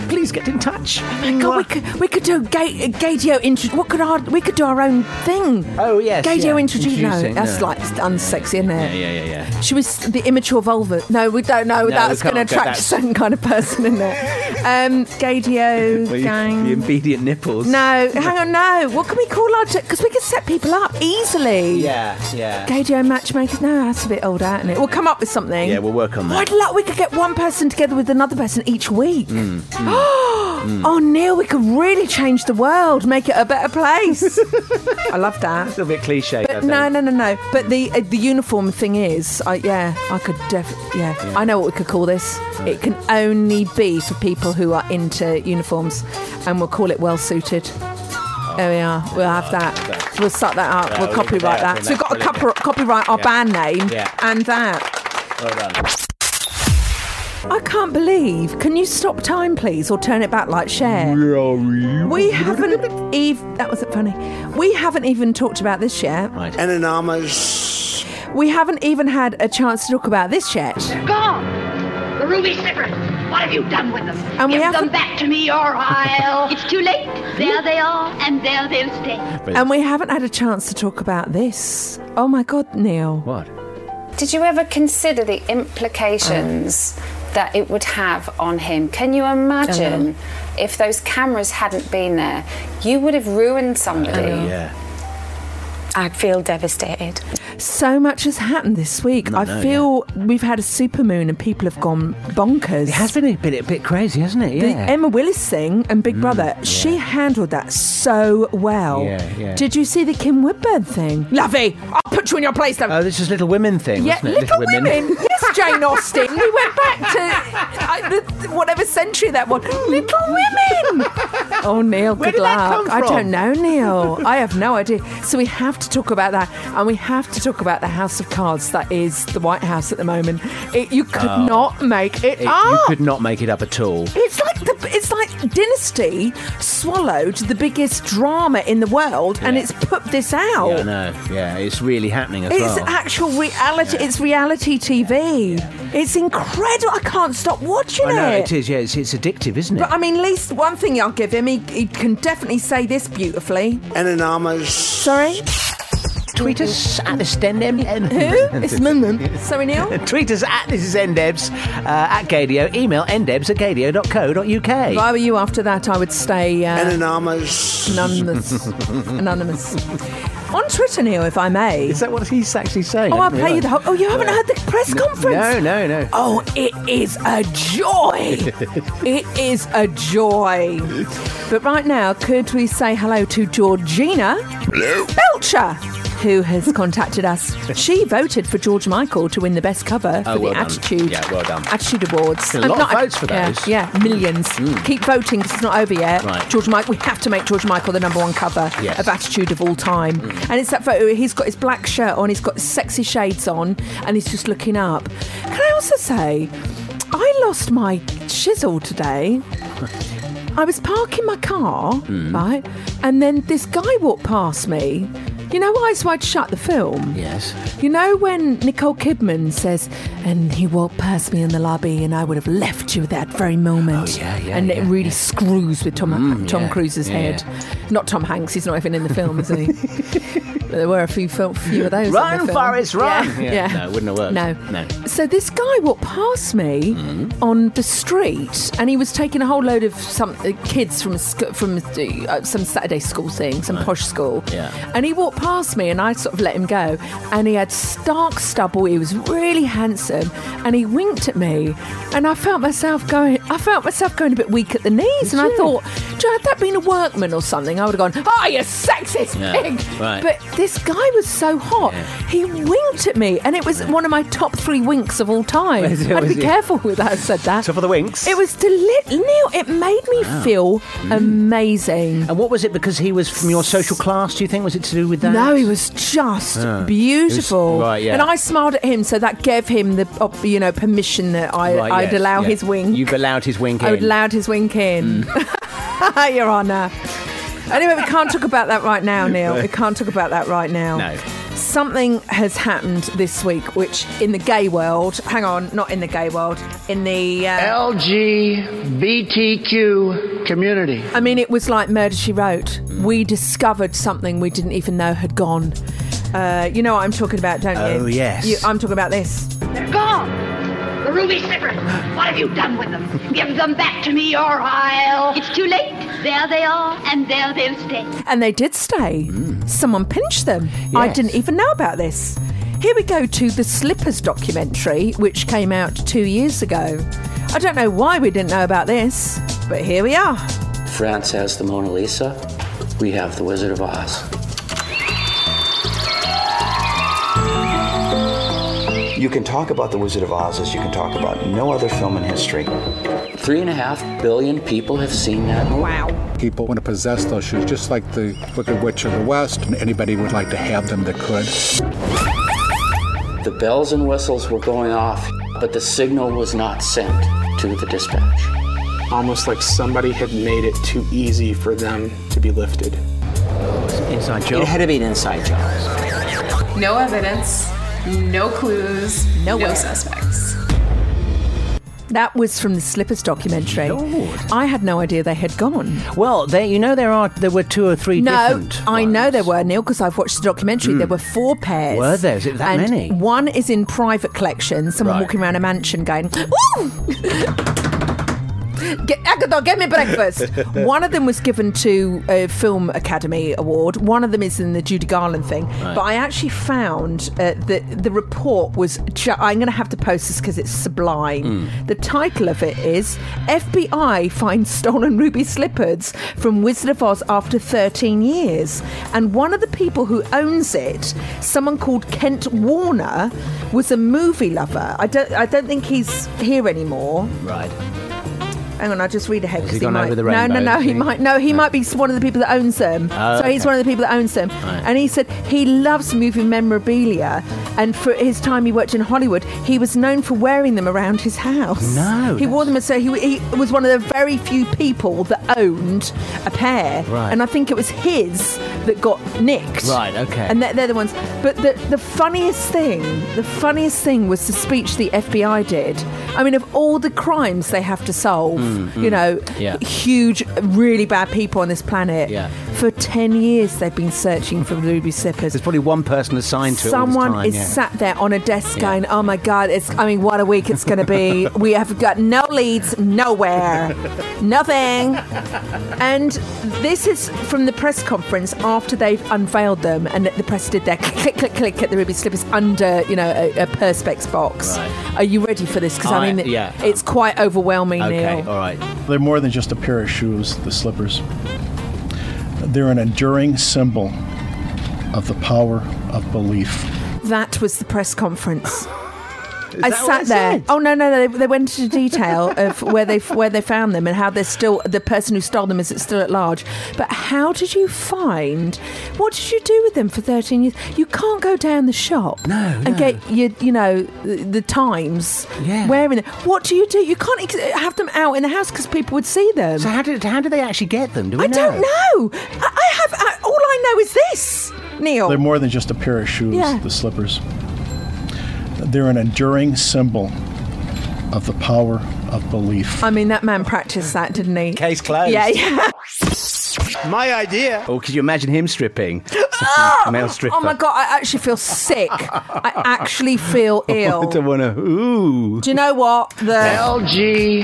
Speaker 5: Please get in touch.
Speaker 4: Oh God, we could we could do a ga- a Gadio intro. What could our we could do our own thing?
Speaker 5: Oh, yes,
Speaker 4: Gadio
Speaker 5: yeah.
Speaker 4: intro. No,
Speaker 5: Introducing,
Speaker 4: that's
Speaker 5: yeah.
Speaker 4: like unsexy, isn't it?
Speaker 5: Yeah, yeah, yeah.
Speaker 4: She was the immature vulva. No, we don't know.
Speaker 5: we
Speaker 4: that's going to
Speaker 5: can't go-
Speaker 4: attract
Speaker 5: that's-
Speaker 4: certain kind of person, isn't it? Um, Gadio gang.
Speaker 5: The obedient nipples.
Speaker 4: No, hang on, no. What can we call our... Because we can set people up easily.
Speaker 5: Yeah, yeah.
Speaker 4: Gadio matchmakers. No, that's a bit old, out, isn't it? We'll come up with something.
Speaker 5: Yeah, we'll work on that.
Speaker 4: I'd love... We could get one person together with another person each week.
Speaker 5: Mm,
Speaker 4: Oh, Neil, we could really change the world, make it a better place. I love that.
Speaker 5: A little bit cliche. I
Speaker 4: But
Speaker 5: think.
Speaker 4: no, no, no, no. But the uh, the uniform thing is, I, yeah, I could definitely, yeah. I know what we could call this. It can only be for people who are into uniforms, and we'll call it well suited.
Speaker 5: Oh.
Speaker 4: There we are. We'll have
Speaker 5: Ah,
Speaker 4: that. We'll start that up.
Speaker 5: Yeah,
Speaker 4: we'll
Speaker 5: we'll
Speaker 4: copyright
Speaker 5: get
Speaker 4: that.
Speaker 5: that from
Speaker 4: So we've
Speaker 5: that.
Speaker 4: got to copy- copyright our
Speaker 5: Yeah.
Speaker 4: band name
Speaker 5: Yeah.
Speaker 4: and that.
Speaker 5: Well done.
Speaker 4: I can't believe. Can you stop time, please, or turn it back like share? We haven't. Eve, that wasn't funny. We haven't even talked about this yet.
Speaker 5: Right.
Speaker 4: We haven't even had a chance to talk about this yet.
Speaker 3: Gone! The ruby slippers! What have you done with them?
Speaker 4: And we
Speaker 3: Give them
Speaker 4: haven't-
Speaker 3: back to me or I'll...
Speaker 1: It's too late. There they are, and there they'll stay.
Speaker 4: And we haven't had a chance to talk about this. Oh my God, Neil.
Speaker 5: What?
Speaker 11: Did you ever consider the implications that it would have on him? Can you imagine if those cameras hadn't been there? You would have ruined
Speaker 12: Uh,
Speaker 11: somebody.
Speaker 5: Yeah.
Speaker 11: I'd feel devastated.
Speaker 4: So much has happened this week. I
Speaker 5: no,
Speaker 4: feel we've had a supermoon and people have gone bonkers.
Speaker 5: It has been a bit, a bit crazy, hasn't it?
Speaker 4: The
Speaker 5: Yeah. Mm,
Speaker 4: Emma Willis thing and Big Brother, she handled that so well.
Speaker 5: Yeah, yeah.
Speaker 4: Did you see the Kim Woodburn thing? Lovey, I'll put you in your place, though.
Speaker 5: oh, this is Little Women thing,
Speaker 4: yeah,
Speaker 5: wasn't it?
Speaker 4: Little, Women. yes, Jane Austen. We went back to I, the, whatever century that was. Little Women. Oh, Neil,
Speaker 5: Where
Speaker 4: good
Speaker 5: did that
Speaker 4: luck.
Speaker 5: come
Speaker 4: I don't
Speaker 5: from?
Speaker 4: know, Neil. I have no idea. So we have to talk about that, and we have to talk about the House of Cards that is the White House at the moment. It, you could not make it,
Speaker 5: Oh. It- you
Speaker 4: up.
Speaker 5: could not make it up at all.
Speaker 4: It's like the it's like Dynasty swallowed the biggest drama in the world, and
Speaker 5: Yeah.
Speaker 4: it's put this out.
Speaker 5: Yeah, I know. Yeah, it's really happening as
Speaker 4: It's
Speaker 5: well.
Speaker 4: actual reality. It's reality TV. It's incredible. I can't stop watching
Speaker 5: I know
Speaker 4: it.
Speaker 5: it is. Yeah, it's, it's addictive, isn't it?
Speaker 4: But I mean, at least one thing I'll give him. He, he can definitely say this beautifully.
Speaker 10: And an homage.
Speaker 4: Sorry.
Speaker 5: Tweet us at this is NDebs.
Speaker 4: Who? It's Mum. Sorry, Neil.
Speaker 5: Tweet us at this is NDebs uh, at Gadio. Email ndebs at
Speaker 4: If
Speaker 5: gadio.co.uk.
Speaker 4: I were you after that, I would stay. Uh,
Speaker 5: Anonymous.
Speaker 4: Anonymous. anonymous. On Twitter, Neil, if I may. Is
Speaker 5: that what he's actually saying?
Speaker 4: Oh,
Speaker 5: I
Speaker 4: I'll
Speaker 5: didn't
Speaker 4: play you the whole.
Speaker 5: realise.
Speaker 4: Oh, you haven't heard the press
Speaker 5: No,
Speaker 4: conference?
Speaker 5: no, no.
Speaker 4: Oh, it is a joy. it is a joy. But right now, could we say hello to Georgina Belcher, who has contacted us? She voted for George Michael to win the best cover for
Speaker 5: Oh,
Speaker 4: the
Speaker 5: well done.
Speaker 4: Attitude
Speaker 5: Yeah, well done.
Speaker 4: Attitude Awards.
Speaker 5: A lot of
Speaker 4: not-
Speaker 5: votes for
Speaker 4: yeah,
Speaker 5: those. Mm.
Speaker 4: Yeah, millions. Keep voting because it's not over yet.
Speaker 5: Right.
Speaker 4: George Michael. We have to make George Michael the number one cover
Speaker 5: Yes.
Speaker 4: of Attitude of all time. And it's that photo. He's got his black shirt on. He's got sexy shades on, and he's just looking up. Can I also say, I lost my chisel today. I was parking my car, right, and then this guy walked past me. You know, Eyes Wide Shut, the film.
Speaker 5: Yes.
Speaker 4: You know when Nicole Kidman says, and he walked past me in the lobby and I would have left you at that very moment.
Speaker 5: Oh, yeah, yeah,
Speaker 4: And it
Speaker 5: yeah, Mm,
Speaker 4: really screws with Tom, Tom
Speaker 5: yeah,
Speaker 4: Cruise's
Speaker 5: yeah,
Speaker 4: head. Not Tom Hanks, he's not even in the film, is he? But there were a few, fil- few of those. in the
Speaker 5: Run,
Speaker 4: film.
Speaker 5: Forrest, run!
Speaker 4: Yeah.
Speaker 5: Yeah,
Speaker 4: yeah.
Speaker 5: no, it wouldn't have worked.
Speaker 4: No.
Speaker 5: No.
Speaker 4: So this guy walked past me
Speaker 5: Hmm?
Speaker 4: on the street, and he was taking a whole load of some uh, kids from a sc- from uh, some Saturday school thing, some posh school.
Speaker 5: Yeah.
Speaker 4: And he walked past me, and I sort of let him go. And he had stark stubble. He was really handsome, and he winked at me, and I felt myself going. I felt myself going a bit weak at the knees, and I thought, "Do had that been a workman or something, I would have gone, "Oh, you sexist
Speaker 5: Yeah,
Speaker 4: pig!"
Speaker 5: right.
Speaker 4: But this guy was so hot. He winked at me, and it was one of my top three winks of all time.
Speaker 5: Was it-
Speaker 4: I'd
Speaker 5: was
Speaker 4: be
Speaker 5: it-
Speaker 4: careful with that. I said that.
Speaker 5: Top of the winks.
Speaker 4: It was deli- Neil. It made me feel
Speaker 5: Mm.
Speaker 4: amazing.
Speaker 5: And what was it because he was from your social class, do you think? Was it to do with that?
Speaker 4: No, he was just
Speaker 5: Ah.
Speaker 4: beautiful.
Speaker 5: It was- right, yeah.
Speaker 4: And I smiled at him, so that gave him the op- you know permission that I
Speaker 5: Right,
Speaker 4: I'd
Speaker 5: yes,
Speaker 4: allow
Speaker 5: yeah.
Speaker 4: his wink.
Speaker 5: You've allowed his wink
Speaker 4: I would
Speaker 5: in.
Speaker 4: allowed his wink in.
Speaker 5: Mm.
Speaker 4: Your Honour. Anyway, we can't talk about that right now, Neil. We can't talk about that right now.
Speaker 5: No.
Speaker 4: Something has happened this week, which in the gay world, hang on, not in the gay world, in the. Uh,
Speaker 13: LGBTQ community.
Speaker 4: I mean, it was like Murder She Wrote.
Speaker 5: Mm.
Speaker 4: We discovered something we didn't even know had gone. Uh, you know what I'm talking about, don't you?
Speaker 5: Oh, yes.
Speaker 4: You, I'm talking about this.
Speaker 3: They're gone. The ruby slippers. What have you done with them? Give them back to me or I'll. It's too late.
Speaker 1: There they are, and there they'll stay.
Speaker 4: And they did stay.
Speaker 5: Mm.
Speaker 4: Someone pinched them. I
Speaker 1: Yes.
Speaker 4: didn't even know about this. Here we go to the Slippers documentary, which came out two years ago. I don't know why we didn't know about this, but here we are.
Speaker 14: France has the Mona Lisa. We have the Wizard of Oz.
Speaker 15: You can talk about The Wizard of Oz as you can talk about no other film in history.
Speaker 14: Three and a half billion people have seen that.
Speaker 4: Wow.
Speaker 16: People want to possess those shoes, just like the Wicked Witch of the West, and anybody would like to have them that could.
Speaker 14: The bells and whistles were going off, but the signal was not sent to the dispatch.
Speaker 13: Almost like somebody had made it too easy for them to be lifted.
Speaker 5: Inside job. It had
Speaker 13: to be an inside job.
Speaker 17: No evidence, no clues, no, suspects.
Speaker 4: That was from the Slippers documentary. I had no idea they had gone.
Speaker 5: Well, there you know there are there were two or three
Speaker 4: No,
Speaker 5: different. Hmm.
Speaker 4: I know there were, Neil, because I've watched the documentary. There were four pairs.
Speaker 5: Were there? Is it that
Speaker 4: and
Speaker 5: many?
Speaker 4: One is in private collection, someone
Speaker 5: Right.
Speaker 4: walking around a mansion going, Woo! Get, Agador, get me breakfast. one of them was given to a Film Academy Award. One of them is in the Judy Garland thing.
Speaker 12: Right.
Speaker 4: But I actually found uh, that the report was. Ju- I'm going to have to post this because it's sublime. The title of it is FBI finds stolen ruby slippers from Wizard of Oz after 13 years. And one of the people who owns it, someone called Kent Warner, was a movie lover. I don't. I don't think he's here anymore.
Speaker 5: Right.
Speaker 4: Hang on, I'll just read ahead.
Speaker 5: Has
Speaker 4: 'cause
Speaker 5: he gone
Speaker 4: might,
Speaker 5: over the
Speaker 4: No,
Speaker 5: rainbow,
Speaker 4: no, no.
Speaker 5: has
Speaker 4: He
Speaker 5: he?
Speaker 4: might. No, he might be one of the people that owns them.
Speaker 5: Oh,
Speaker 4: so he's
Speaker 5: okay.
Speaker 4: one of the people that owns them.
Speaker 5: Right.
Speaker 4: And he said he loves movie memorabilia, and for his time he worked in Hollywood, he was known for wearing them around his house.
Speaker 5: No,
Speaker 4: he wore them. So he, he was one of the very few people that owned a pair.
Speaker 5: Right.
Speaker 4: And I think it was his that got nicked.
Speaker 5: Right, okay.
Speaker 4: And they're, they're the ones. But the, the funniest thing, the funniest thing was the speech the FBI did. I mean, of all the crimes they have to solve,
Speaker 5: Mm,
Speaker 4: you
Speaker 5: mm.
Speaker 4: know,
Speaker 5: Yeah.
Speaker 4: huge, really bad people on this planet.
Speaker 5: Yeah.
Speaker 4: For 10 years, they've been searching for ruby slippers.
Speaker 5: There's probably one person assigned to
Speaker 4: Someone
Speaker 5: it. all the time,
Speaker 4: is
Speaker 5: yeah.
Speaker 4: sat there on a desk
Speaker 5: Yeah.
Speaker 4: going, "Oh my god, it's I mean, what a week it's going to be. we have got no leads, nowhere, nothing." And this is from the press conference after they've unveiled them, and the press did their click, click, click at the ruby slippers under, you know, a, a perspex box. Are you ready for this? Because I,
Speaker 12: I-
Speaker 4: mean, it-
Speaker 12: yeah.
Speaker 4: it's quite overwhelming, Neil.
Speaker 12: all right. They're more than just a pair of shoes, the slippers. They're an enduring symbol of the power of belief.
Speaker 4: That was the press conference.
Speaker 12: Is
Speaker 4: I
Speaker 12: that
Speaker 4: sat
Speaker 12: what it
Speaker 4: there.
Speaker 12: said?
Speaker 4: Oh no, no, no! They, they went into detail of where they where they found them and how they're still the person who stole them is still at large. But how did you find? What did you do with them for thirteen years? You can't go down the shop and get your you know the, the times wearing them. What do you do? You can't ex- have them out in the house because people would see them. So
Speaker 5: how did how did they actually get them? Do we
Speaker 4: I don't know. I, I have I, all I know is this, Neil.
Speaker 12: They're more than just a pair of shoes,
Speaker 4: Yeah.
Speaker 12: the slippers. They're an enduring symbol of the power of belief.
Speaker 4: I mean, that man practiced that, didn't he?
Speaker 5: Case closed.
Speaker 4: Yeah, yeah.
Speaker 5: My idea. Oh, could you imagine him stripping? A Male stripper.
Speaker 4: Oh my god, I actually feel sick. I actually feel
Speaker 5: I
Speaker 4: ill.
Speaker 5: don't want to. Ooh.
Speaker 4: Do you know what? The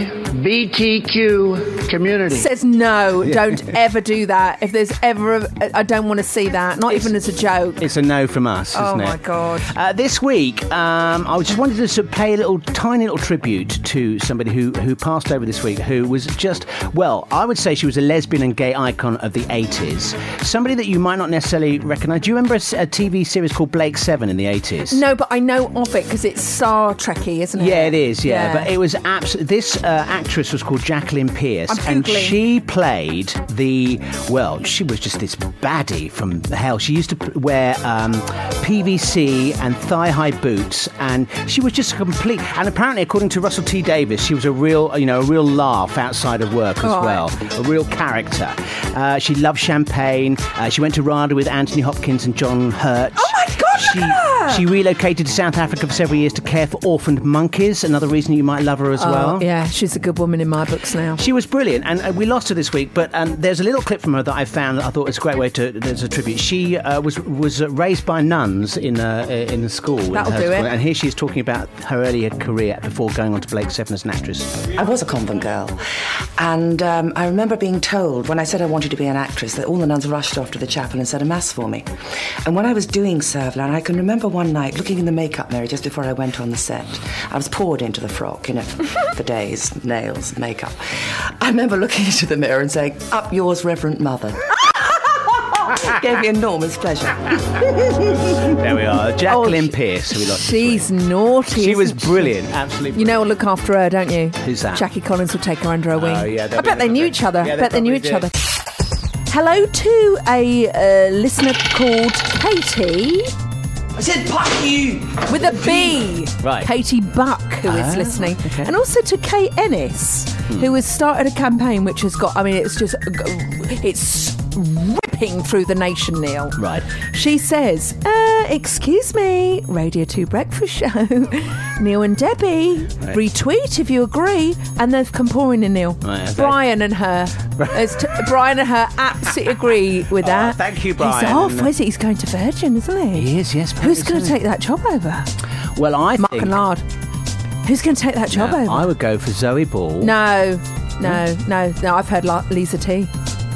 Speaker 18: LGBTQ community.
Speaker 4: says no, don't ever do that. If there's ever a, I don't want to see that, not even as a joke.
Speaker 5: It's a no from us,
Speaker 4: Oh
Speaker 5: isn't it?
Speaker 4: my god.
Speaker 5: Uh, this week, um, I just wanted to sort of pay a little, tiny little tribute to somebody who, who passed over this week, who was just, well, I would say she was a lesbian and gay icon of the 80s. Somebody that you might not necessarily recognise. Do you remember a, s- a TV series called Blake Seven in the 80s?
Speaker 4: No, but I know of it because it's Star Trekky, isn't it?
Speaker 5: Yeah, it is.
Speaker 4: Yeah.
Speaker 5: Yeah, but it was abs- This uh, actress was called Jacqueline Pierce,
Speaker 4: I'm
Speaker 5: and
Speaker 4: Googling.
Speaker 5: she played the well. She was just this baddie from hell. She used to p- wear um, PVC and thigh-high boots, and she was just a complete. And apparently, according to Russell T Davis, she was a real, you know, a real laugh outside of work as
Speaker 19: All right.
Speaker 5: well a real character. Uh, she loved champagne. Uh, she went to RADA with Anthony Hopkins and John Hurt. Oh
Speaker 4: my God,
Speaker 5: she, she relocated to South Africa for several years to care for orphaned monkeys. Another reason you might love her as
Speaker 4: Oh,
Speaker 5: well.
Speaker 4: Yeah, she's a good woman in my books now.
Speaker 5: She was brilliant, and uh, we lost her this week. But um, there's a little clip from her that I found that I thought was a great way to as a tribute. She uh, was was uh, raised by nuns in uh, in the school, in
Speaker 20: That'll
Speaker 5: her
Speaker 20: do
Speaker 5: school,
Speaker 20: it.
Speaker 5: and here she is talking about her earlier career before going on to Blake Seven as an actress.
Speaker 20: I was a convent girl, and um, I remember being told when I said I wanted to be an actress that all the nuns rushed off to the chapel and said a mass for me. And when I was doing Servalan, I can remember one night looking in the makeup mirror just before I went on the set. I was poured into the frock, you know, for days, nails, makeup. I remember looking into the mirror and saying, "Up yours, Reverend Mother." Gave me enormous pleasure.
Speaker 5: There we
Speaker 4: Oh,
Speaker 5: are, Jacqueline Pierce. Who we lost.
Speaker 4: She's naughty.
Speaker 5: She was
Speaker 4: isn't
Speaker 5: brilliant, absolutely.
Speaker 4: You know, I'll look after her, don't you?
Speaker 5: Who's that? Oh,
Speaker 4: Jackie Collins will take her under her wing.
Speaker 5: yeah, they'll
Speaker 4: I bet
Speaker 5: be
Speaker 4: they knew each other.
Speaker 5: Yeah, they
Speaker 4: bet they knew
Speaker 5: probably
Speaker 4: each
Speaker 5: did.
Speaker 4: other. Hello to a uh, listener called Katie. I said Buck you with a B.
Speaker 5: Right.
Speaker 4: Katie Buck, who is
Speaker 5: Ah, Hmm.
Speaker 4: listening, and also to Kate Ennis, who has started a campaign which has got. I mean, it's just it's ripping through the nation, Neil.
Speaker 5: Right.
Speaker 4: She says, uh, Excuse me, Radio 2 Breakfast Show. Neil and Debbie,
Speaker 5: Right.
Speaker 4: retweet if you agree. And they've come pouring in, Neil.
Speaker 5: Right, okay.
Speaker 4: Brian and her. It's t- Brian and her absolutely agree with that.
Speaker 5: Oh, thank you,
Speaker 4: He's
Speaker 5: Brian.
Speaker 4: off, is he? He's going to Virgin, isn't he? He
Speaker 5: is, yes.
Speaker 4: Who's going to take that job over?
Speaker 5: Well, I
Speaker 4: Mark
Speaker 5: think-
Speaker 4: and Lard. Who's going to take that job
Speaker 5: No,
Speaker 4: over?
Speaker 5: I Hmm? would go for Zoe Ball.
Speaker 4: No, no, no, no. I've heard La- Lisa T.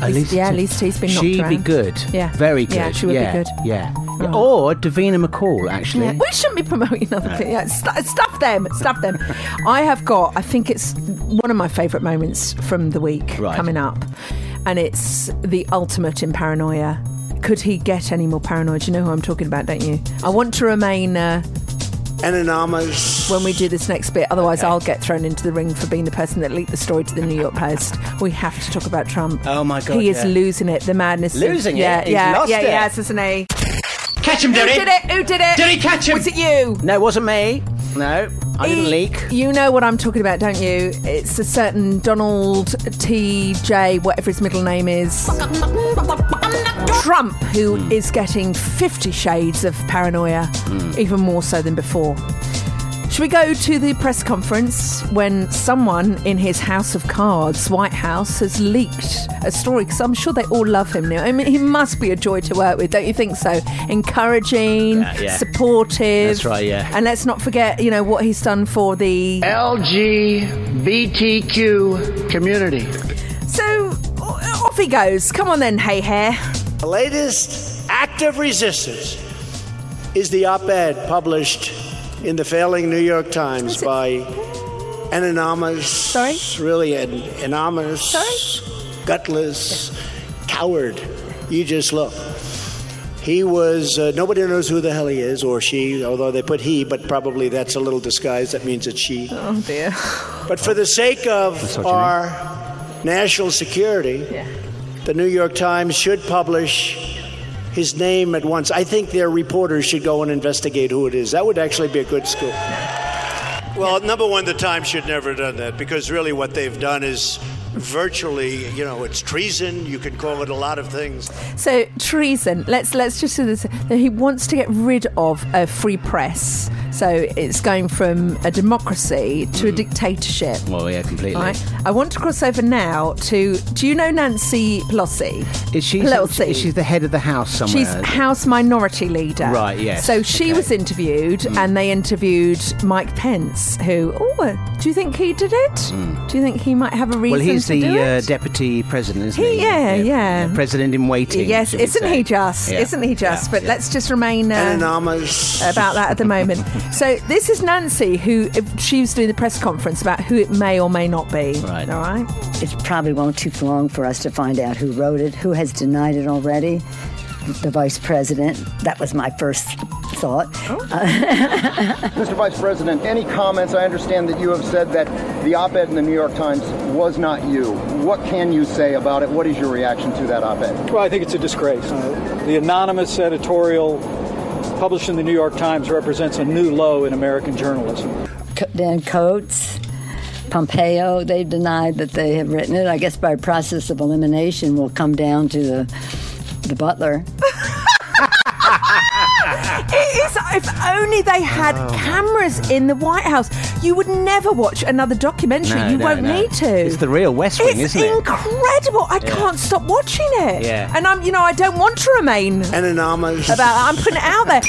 Speaker 5: Oh, Lisa
Speaker 4: yeah,
Speaker 5: T.
Speaker 4: Lisa T's been knocked
Speaker 5: She'd be
Speaker 4: around.
Speaker 5: good.
Speaker 4: Yeah.
Speaker 5: Very good.
Speaker 4: Yeah, she would
Speaker 5: yeah.
Speaker 4: be good. Oh.
Speaker 5: Yeah. Or Davina McCall, actually.
Speaker 4: Yeah, we shouldn't be promoting other
Speaker 5: No.
Speaker 4: people. Yeah, st- stuff them, stuff them. I have got, I think it's one of my favourite moments from the week
Speaker 5: Right.
Speaker 4: coming up, and it's the ultimate in paranoia. Could he get any more paranoid? You know who I'm talking about, don't you? I want to remain. Uh, Anonymous. When we do this next bit, otherwise I'll get thrown into the ring for being the person that leaked the story to the New York Post. We have to talk about Trump.
Speaker 5: Oh, my God,
Speaker 4: he is
Speaker 5: yeah.
Speaker 4: losing it. The madness, of-
Speaker 5: Losing it?
Speaker 4: yeah,
Speaker 5: He's
Speaker 4: yeah,
Speaker 5: lost
Speaker 4: yeah,
Speaker 5: it.
Speaker 4: yes, isn't he?
Speaker 5: Catch him,
Speaker 4: Who
Speaker 5: Derry.
Speaker 4: did it? Who did it?
Speaker 5: Derry, catch him.
Speaker 4: Was it you?
Speaker 5: No, it wasn't me. No, I didn't
Speaker 4: E-
Speaker 5: leak.
Speaker 4: You know what I'm talking about, don't you? It's a certain Donald T.J., whatever his middle name is. Trump, who
Speaker 5: Hmm.
Speaker 4: is getting 50 shades of paranoia, even more so than before. Should we go to the press conference when someone in his House of Cards, White House, has leaked a story? Because I'm sure they all love him now. I mean, he must be a joy to work with, don't you think so? Encouraging,
Speaker 5: Yeah, yeah.
Speaker 4: supportive.
Speaker 5: That's right, yeah.
Speaker 4: And let's not forget, you know, what he's done for the
Speaker 18: LGBTQ community.
Speaker 4: So o- off he goes. Come on then, hey hair.
Speaker 18: The latest act of resistance is the op ed published in the failing New York Times by an anonymous, Sorry? really an anonymous, gutless coward. You just look. He was, uh, nobody knows who the hell he is, or she, although they put he, but probably that's a little disguise. That means it's she.
Speaker 4: Oh dear.
Speaker 18: But for the sake of
Speaker 4: Misogyny.
Speaker 18: our national security, the New York Times should publish his name at once. I think their reporters should go and investigate who it is. That would actually be a good scoop. Well, number one, the Times should never have done that because really what they've done is virtually, you know, it's treason. You can call it a lot of things.
Speaker 4: So treason. Let's let's just do this. That He wants to get rid of a free press. So it's going from a democracy to a dictatorship.
Speaker 5: Well, yeah, completely.
Speaker 4: Right. I want to cross over now to. Do you know Nancy Pelosi?
Speaker 5: Is she?
Speaker 4: Pelosi.
Speaker 5: She's the head of the house somewhere.
Speaker 4: She's House Minority Leader.
Speaker 5: Right, yes. Mm.
Speaker 4: So she was interviewed, and they interviewed Mike Pence, who, oh, do you think he did it?
Speaker 5: Mm.
Speaker 4: Do you think he might have a reason
Speaker 5: well, he's
Speaker 4: to
Speaker 5: the
Speaker 4: do it?
Speaker 5: uh, deputy president, isn't
Speaker 4: He-
Speaker 5: he?
Speaker 4: yeah, yeah.
Speaker 5: President in waiting.
Speaker 4: Yes,
Speaker 5: should we
Speaker 4: isn't
Speaker 5: say.
Speaker 4: he just?
Speaker 5: Yeah.
Speaker 4: Isn't he just? but let's just remain uh,
Speaker 18: anonymous
Speaker 4: about that at the moment. so this is Nancy, who if she was doing the press conference about who it may or may not be. Right. All right.
Speaker 19: It probably won't take long for us to find out who wrote it, who has denied it already. The vice president. That was my first thought.
Speaker 21: Mr. Vice President, any comments? I understand that you have said that the op ed in the New York Times was not you. What can you say about it? What is your reaction to that op ed?
Speaker 22: Well, I think it's a disgrace. Uh, the anonymous editorial published in the New York Times represents a new low in American journalism.
Speaker 19: Co- Dan Coates, Pompeo, they've denied that they have written it. I guess by process of elimination, we'll come down to the, the butler.
Speaker 4: It is. If only they had
Speaker 19: Oh.
Speaker 4: cameras in the White House, you would never watch another documentary.
Speaker 5: No,
Speaker 4: you
Speaker 5: no,
Speaker 4: won't
Speaker 5: no.
Speaker 4: need to.
Speaker 5: It's the real West Wing,
Speaker 4: It's
Speaker 5: isn't it?
Speaker 4: incredible. I
Speaker 5: Yeah.
Speaker 4: can't stop watching it.
Speaker 5: Yeah.
Speaker 4: And I'm, you know, I don't want to remain
Speaker 18: anonymous
Speaker 4: about. I'm putting it out there.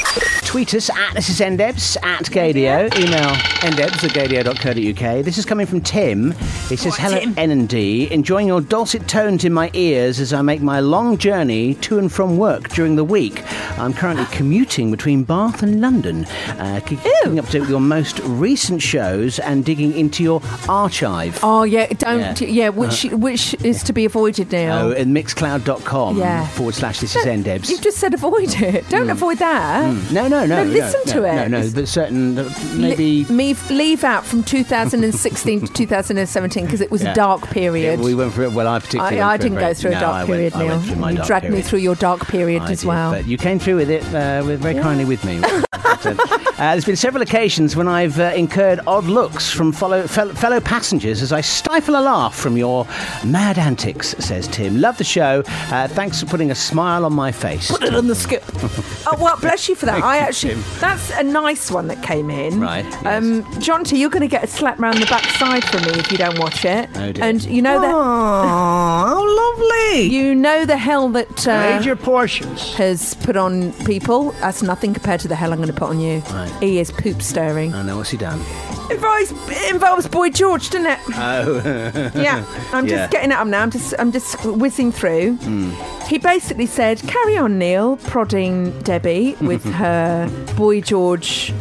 Speaker 5: Tweet us at this is Ndebs at Gadio. Email ndebs at gadio.co.uk. This is coming from Tim. He says, Hello, N and D. Enjoying your dulcet tones in my ears as I make my long journey to and from work during the week. I'm currently commuting between Bath and London. Uh, keep- keeping up to your most recent shows and digging into your archive.
Speaker 4: Oh yeah, don't. Yeah,
Speaker 5: Yeah.
Speaker 4: which
Speaker 5: Uh,
Speaker 4: which is to be avoided now.
Speaker 5: Oh, at mixcloud.com
Speaker 4: Yeah.
Speaker 5: forward slash this is Hmm. Ndebs.
Speaker 4: You've just said avoid it. Don't avoid that.
Speaker 5: Mm. No, no,
Speaker 4: No,
Speaker 5: no.
Speaker 4: listen
Speaker 5: no,
Speaker 4: to it.
Speaker 5: No, no, but certain,
Speaker 4: Li-
Speaker 5: maybe
Speaker 4: leave, leave out from 2016 to 2017 because it was
Speaker 5: Yeah.
Speaker 4: a dark period.
Speaker 5: Yeah, we went through. Well, I particularly.
Speaker 4: I, I
Speaker 5: went through
Speaker 4: didn't
Speaker 5: very-
Speaker 4: go through a
Speaker 5: no, I
Speaker 4: dark
Speaker 5: went-
Speaker 4: period,
Speaker 5: I went
Speaker 4: Neil.
Speaker 5: through my
Speaker 4: you
Speaker 5: dark
Speaker 4: dragged
Speaker 5: period.
Speaker 4: me through your dark period
Speaker 5: I
Speaker 4: as
Speaker 5: did,
Speaker 4: well.
Speaker 5: But you came through with it uh, with very kindly with me. uh, there's been several occasions when I've uh, incurred odd looks from follow, fel- fellow passengers as I stifle a laugh from your mad antics, says Tim. Love the show. Uh, thanks for putting a smile on my face.
Speaker 4: Put it on the skip. oh well, bless you for that.
Speaker 5: Thank
Speaker 4: I
Speaker 5: you,
Speaker 4: actually
Speaker 5: Tim.
Speaker 4: that's a nice one that came in.
Speaker 5: Right,
Speaker 4: Um, Jonty, you're going to get a slap round the backside from me if you don't watch it.
Speaker 5: Oh, dear.
Speaker 4: And you know that. Oh, lovely! You know the hell that uh,
Speaker 5: Major
Speaker 4: Portions has put on people. That's nothing compared to the hell I'm going to put on you. He is poop stirring.
Speaker 5: I know what's he done.
Speaker 4: Involves involves Boy George, doesn't it?
Speaker 5: Oh,
Speaker 4: yeah, I'm just
Speaker 5: Yeah.
Speaker 4: getting at him now. I'm just I'm just whizzing through.
Speaker 5: Mm.
Speaker 4: He basically said, "Carry on, Neil," prodding Debbie with her boy George.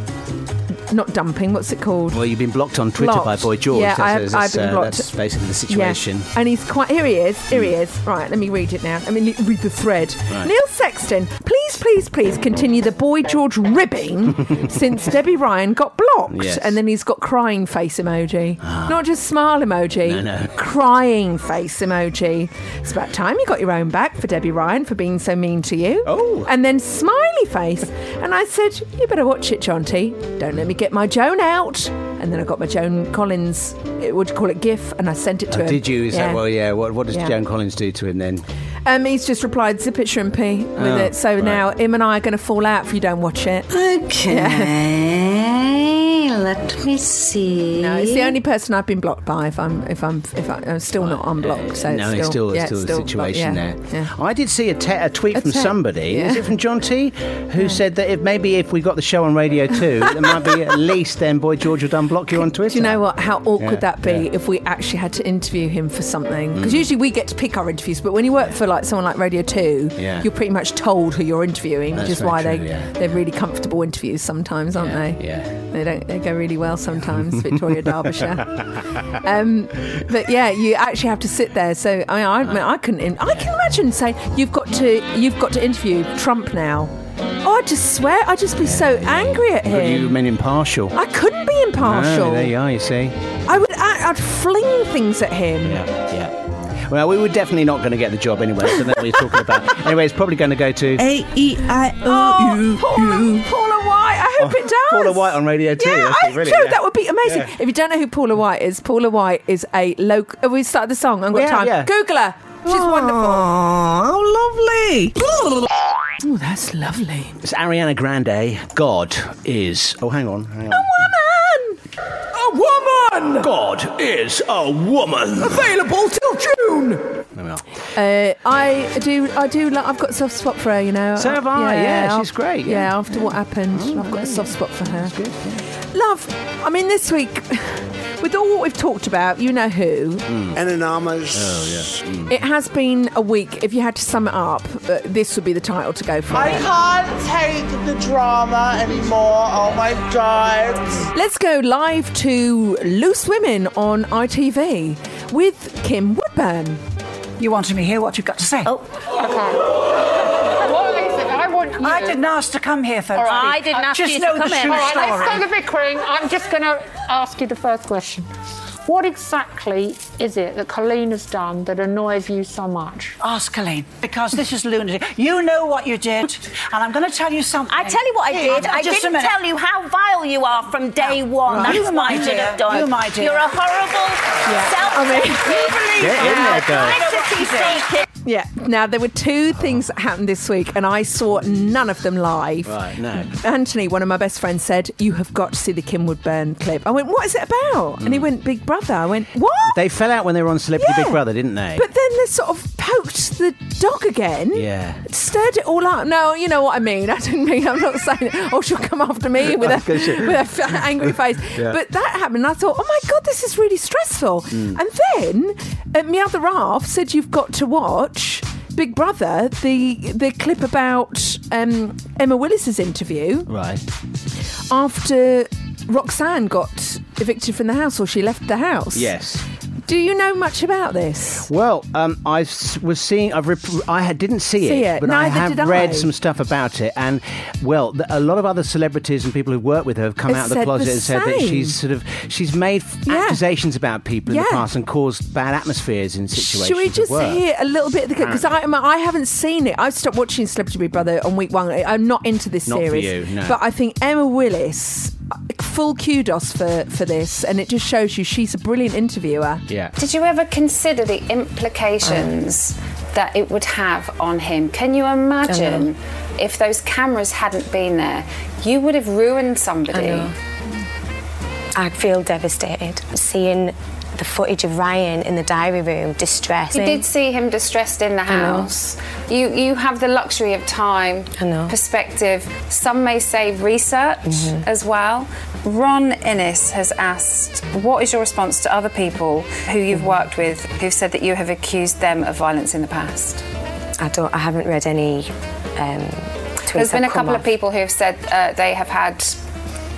Speaker 4: Not dumping. What's it called?
Speaker 5: Well, you've been blocked on Twitter by
Speaker 4: Blocked.
Speaker 5: Boy George.
Speaker 4: Yeah,
Speaker 5: that's,
Speaker 4: I have-
Speaker 5: that's,
Speaker 4: I've been
Speaker 5: uh,
Speaker 4: blocked.
Speaker 5: That's basically the
Speaker 4: Yeah.
Speaker 5: situation.
Speaker 4: And he's quite. Here he is. Here he is. Right, let me read it now. I mean, le- read the thread.
Speaker 5: Right.
Speaker 4: Neil Sexton, please, please, please continue the boy George ribbing since Debbie Ryan got blocked.
Speaker 5: Yes. Ah.
Speaker 4: And then he's got crying face emoji. Not just smile emoji. Crying face emoji. It's about time you got your own back for Debbie Ryan for being so mean to you. Oh. And then smiley face. And I said, You better watch it, Jonty. Don't let me get my Joan out. And then I got my Joan Collins, it would call it GIF, and I sent it to
Speaker 5: Oh,
Speaker 4: him.
Speaker 5: did you? Is
Speaker 4: Yeah.
Speaker 5: that well? Yeah. What, what does
Speaker 4: Yeah.
Speaker 5: Joan Collins do to him then?
Speaker 4: Um, he's just replied, zip it, shrimpy, with
Speaker 5: Oh,
Speaker 4: it. So now him and I are going to fall out if you don't watch it. Okay.
Speaker 19: Okay,
Speaker 4: Let me see. No, it's Uh, the only person I've been blocked by. If I'm, if I'm, if I, I'm still not unblocked. So
Speaker 5: no,
Speaker 4: it's
Speaker 5: it's
Speaker 4: still,
Speaker 5: still,
Speaker 4: yeah,
Speaker 5: it's still, the
Speaker 4: blocked,
Speaker 5: situation
Speaker 4: yeah.
Speaker 5: there. I did see a, te- a tweet
Speaker 4: A
Speaker 5: from
Speaker 4: te-
Speaker 5: somebody.
Speaker 4: yeah.
Speaker 5: Is it from John T? Who said that if maybe if we got the show on radio too, there might be at least then Boy George would unblock you on Twitter.
Speaker 4: Do you know what? How awkward
Speaker 5: Yeah,
Speaker 4: that be
Speaker 5: yeah.
Speaker 4: if we actually had to interview him for something? Because
Speaker 5: Mm.
Speaker 4: usually we get to pick our interviews, but when you work for like someone like Radio Two,
Speaker 5: Yeah.
Speaker 4: you're pretty much told who you're interviewing,
Speaker 5: That's
Speaker 4: which is
Speaker 5: very
Speaker 4: why
Speaker 5: true,
Speaker 4: they
Speaker 5: yeah.
Speaker 4: they're really comfortable interviews sometimes, aren't they?
Speaker 5: Yeah.
Speaker 4: They don't they go really well sometimes, Victoria Derbyshire. Um, but yeah, you actually have to sit there. So I, I, I, mean, I couldn't. in- I can imagine saying you've got to you've got to interview Trump now. Oh, I just swear, I'd just be so angry at
Speaker 5: But
Speaker 4: him.
Speaker 5: you remain impartial.
Speaker 4: I couldn't be impartial.
Speaker 5: No, there you are. You see.
Speaker 4: I would, I, I'd fling things at him.
Speaker 5: Yeah, yeah. Well, we were definitely not going to get the job anyway, so that we're talking about. Anyway, it's probably going to go to
Speaker 4: A E I O U. Paula, Paula White. I hope it does.
Speaker 5: Oh, Paula White on Radio 2.
Speaker 4: Yeah,
Speaker 5: That's
Speaker 4: I,
Speaker 5: brilliant,
Speaker 4: Joe,
Speaker 5: yeah.
Speaker 4: that would be amazing.
Speaker 5: Yeah.
Speaker 4: If you don't know who Paula White is, Paula White is a local. Oh, we started the song. I've got
Speaker 5: Yeah,
Speaker 4: time.
Speaker 5: yeah.
Speaker 4: Google her. She's wonderful. Oh, lovely. Oh, that's lovely.
Speaker 5: It's Ariana Grande. God is. Oh, hang on. Hang on.
Speaker 2: A woman!
Speaker 5: God is a woman.
Speaker 2: Available till June!
Speaker 5: There we are.
Speaker 4: Uh, I do. I do. Like, I've got a soft spot for her. You know.
Speaker 5: So have I, yeah,
Speaker 4: af-
Speaker 5: she's great,
Speaker 4: Yeah.
Speaker 5: yeah. Oh,
Speaker 4: after what happened, I've got a soft spot for her. Love. I mean, this week, with all what we've talked about, you know who.
Speaker 18: Anonymous.
Speaker 2: Oh, yeah.
Speaker 4: It has been a week. If you had to sum it up, uh, this would be the title to go for.
Speaker 2: I can't take the drama anymore. Oh my god.
Speaker 4: Let's go live to Loose Women on ITV with Kim Woodburn. You wanted me here. What you've got to say? Oh,
Speaker 6: I want
Speaker 23: I didn't ask to come here, folks.
Speaker 6: I didn't ask
Speaker 23: just
Speaker 6: you
Speaker 23: know
Speaker 6: to come
Speaker 23: the
Speaker 6: in.
Speaker 23: True
Speaker 6: All right,
Speaker 23: story.
Speaker 6: let's go the bickering. I'm just going to ask you the first question. What exactly is it that Colleen has done that annoys you so much?
Speaker 23: Ask Colleen, because this is lunacy. You know what you did, and I'm going to tell you something.
Speaker 24: I tell you what I
Speaker 23: Here,
Speaker 24: did. I
Speaker 23: just a
Speaker 24: didn't
Speaker 23: minute.
Speaker 24: tell you how vile you are from day one.
Speaker 23: Right.
Speaker 24: That's
Speaker 23: You
Speaker 24: what
Speaker 23: my
Speaker 24: I should
Speaker 23: dear.
Speaker 24: have done.
Speaker 23: You my dear.
Speaker 24: are a horrible, self-hating,
Speaker 5: Get in there, girl.
Speaker 4: Yeah. Now there were two things that happened this week, and I saw none of them live.
Speaker 5: Right, no.
Speaker 4: Anthony, one of my best friends, said, "You have got to see the Kim Woodburn clip." I went, "What is it about?" And he went, "Big Brother." I went, "What?"
Speaker 5: Mm. They fell out when they were on Celebrity Big Brother, didn't they?
Speaker 4: But then they sort of poked the dog again.
Speaker 5: yeah.
Speaker 4: Stirred it all up. No, you know what I mean. I didn't mean. I'm not saying. Oh, she'll come after me with a
Speaker 5: Okay, sure.
Speaker 4: with a f- angry face.
Speaker 5: Yeah.
Speaker 4: But that happened. and I thought, oh my god, this is really stressful.
Speaker 5: Mm.
Speaker 4: And then uh, my other half said, you've got to watch Big Brother, the the clip about um, Emma Willis's interview
Speaker 5: Right.
Speaker 4: after Roxanne got evicted from the house or she left the house.
Speaker 5: Yes.
Speaker 4: Do you know much about this?
Speaker 5: Well, um, I s- was seeing. I've rep- I had, didn't see,
Speaker 4: See it,
Speaker 5: but I
Speaker 4: neither
Speaker 5: have
Speaker 4: did I.
Speaker 5: read some stuff about it, and well, th- a lot of other celebrities and people who work with her have come
Speaker 4: Have
Speaker 5: out of
Speaker 4: said
Speaker 5: the
Speaker 4: the
Speaker 5: closet and said that
Speaker 4: same.
Speaker 5: she's sort of she's made accusations about people in
Speaker 4: Yeah.
Speaker 5: the past and caused bad atmospheres in situations.
Speaker 4: Should we
Speaker 5: at
Speaker 4: just
Speaker 5: work.
Speaker 4: hear a little bit of the because I I'm- I haven't seen it. I stopped watching Celebrity Big Brother on week one. I- I'm not into this
Speaker 5: Not for
Speaker 4: series,
Speaker 5: you, no.
Speaker 4: but I think Emma Willis, uh, full kudos for for this, and it just shows you she's a brilliant interviewer.
Speaker 5: Yeah.
Speaker 11: Did you ever consider the implications that it would have on him? Can you imagine if those cameras hadn't been there? You would have ruined somebody.
Speaker 25: I feel devastated seeing the footage of Ryan in the diary room, distressed.
Speaker 11: You did see him distressed in the
Speaker 25: know.
Speaker 11: house. You you have the luxury of time, perspective. Some may say research
Speaker 25: Mhm.
Speaker 11: as well. Ron Innes has asked, "What is your response to other people who you've worked with who've said that you have accused them of violence in the past?"
Speaker 25: I don't. I haven't read any. Um, tweets
Speaker 11: There's been
Speaker 25: that
Speaker 11: a
Speaker 25: come
Speaker 11: couple
Speaker 25: off.
Speaker 11: of people who have said uh, they have had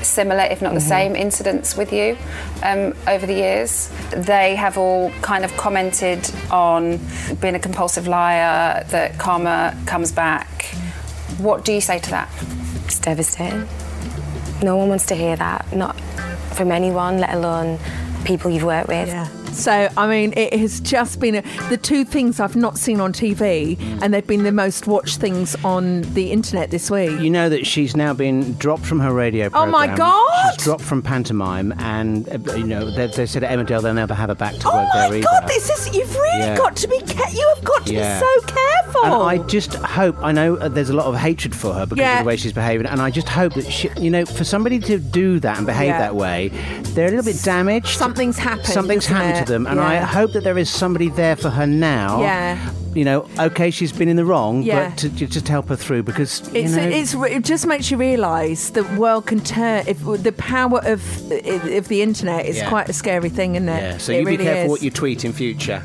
Speaker 11: similar, if not the same, incidents with you um, over the years. They have all kind of commented on being a compulsive liar, that karma comes back. What do you say to that?
Speaker 25: It's devastating. No one wants to hear that. Not from anyone, let alone people you've worked with.
Speaker 4: Yeah. So, I mean, it has just been a, the two things I've not seen on TV, and they've been the most watched things on the internet this week.
Speaker 5: You know that she's now been dropped from her radio
Speaker 4: Oh,
Speaker 5: program.
Speaker 4: my God!
Speaker 5: She's dropped from pantomime, and uh, you know they, they said at Emmerdale they'll never have her back to
Speaker 4: Oh
Speaker 5: work there
Speaker 4: my
Speaker 5: either.
Speaker 4: God, this is. You've really
Speaker 5: Yeah.
Speaker 4: got to be. Ca- you have got to
Speaker 5: Yeah.
Speaker 4: be so careful.
Speaker 5: And I just hope, I know uh, there's a lot of hatred for her because
Speaker 4: Yeah.
Speaker 5: of the way she's behaving, and I just hope that, she, you know, for somebody to do that and behave
Speaker 4: Yeah.
Speaker 5: that way, they're a little bit damaged. Something's
Speaker 4: happened.
Speaker 5: Something's
Speaker 4: isn't
Speaker 5: happened
Speaker 4: it?
Speaker 5: to them, and
Speaker 4: Yeah.
Speaker 5: I hope that there is somebody there for her now.
Speaker 4: Yeah.
Speaker 5: You know, okay, she's been in the wrong,
Speaker 4: Yeah.
Speaker 5: but to, to just help her through because, you
Speaker 4: It's,
Speaker 5: know,
Speaker 4: it's, it just makes you realise the world can turn. If the power of of the internet is
Speaker 3: Yeah.
Speaker 4: quite a scary thing, isn't it?
Speaker 3: Yeah, so
Speaker 4: it
Speaker 3: you
Speaker 4: really
Speaker 3: be careful
Speaker 4: is.
Speaker 3: what you tweet in future.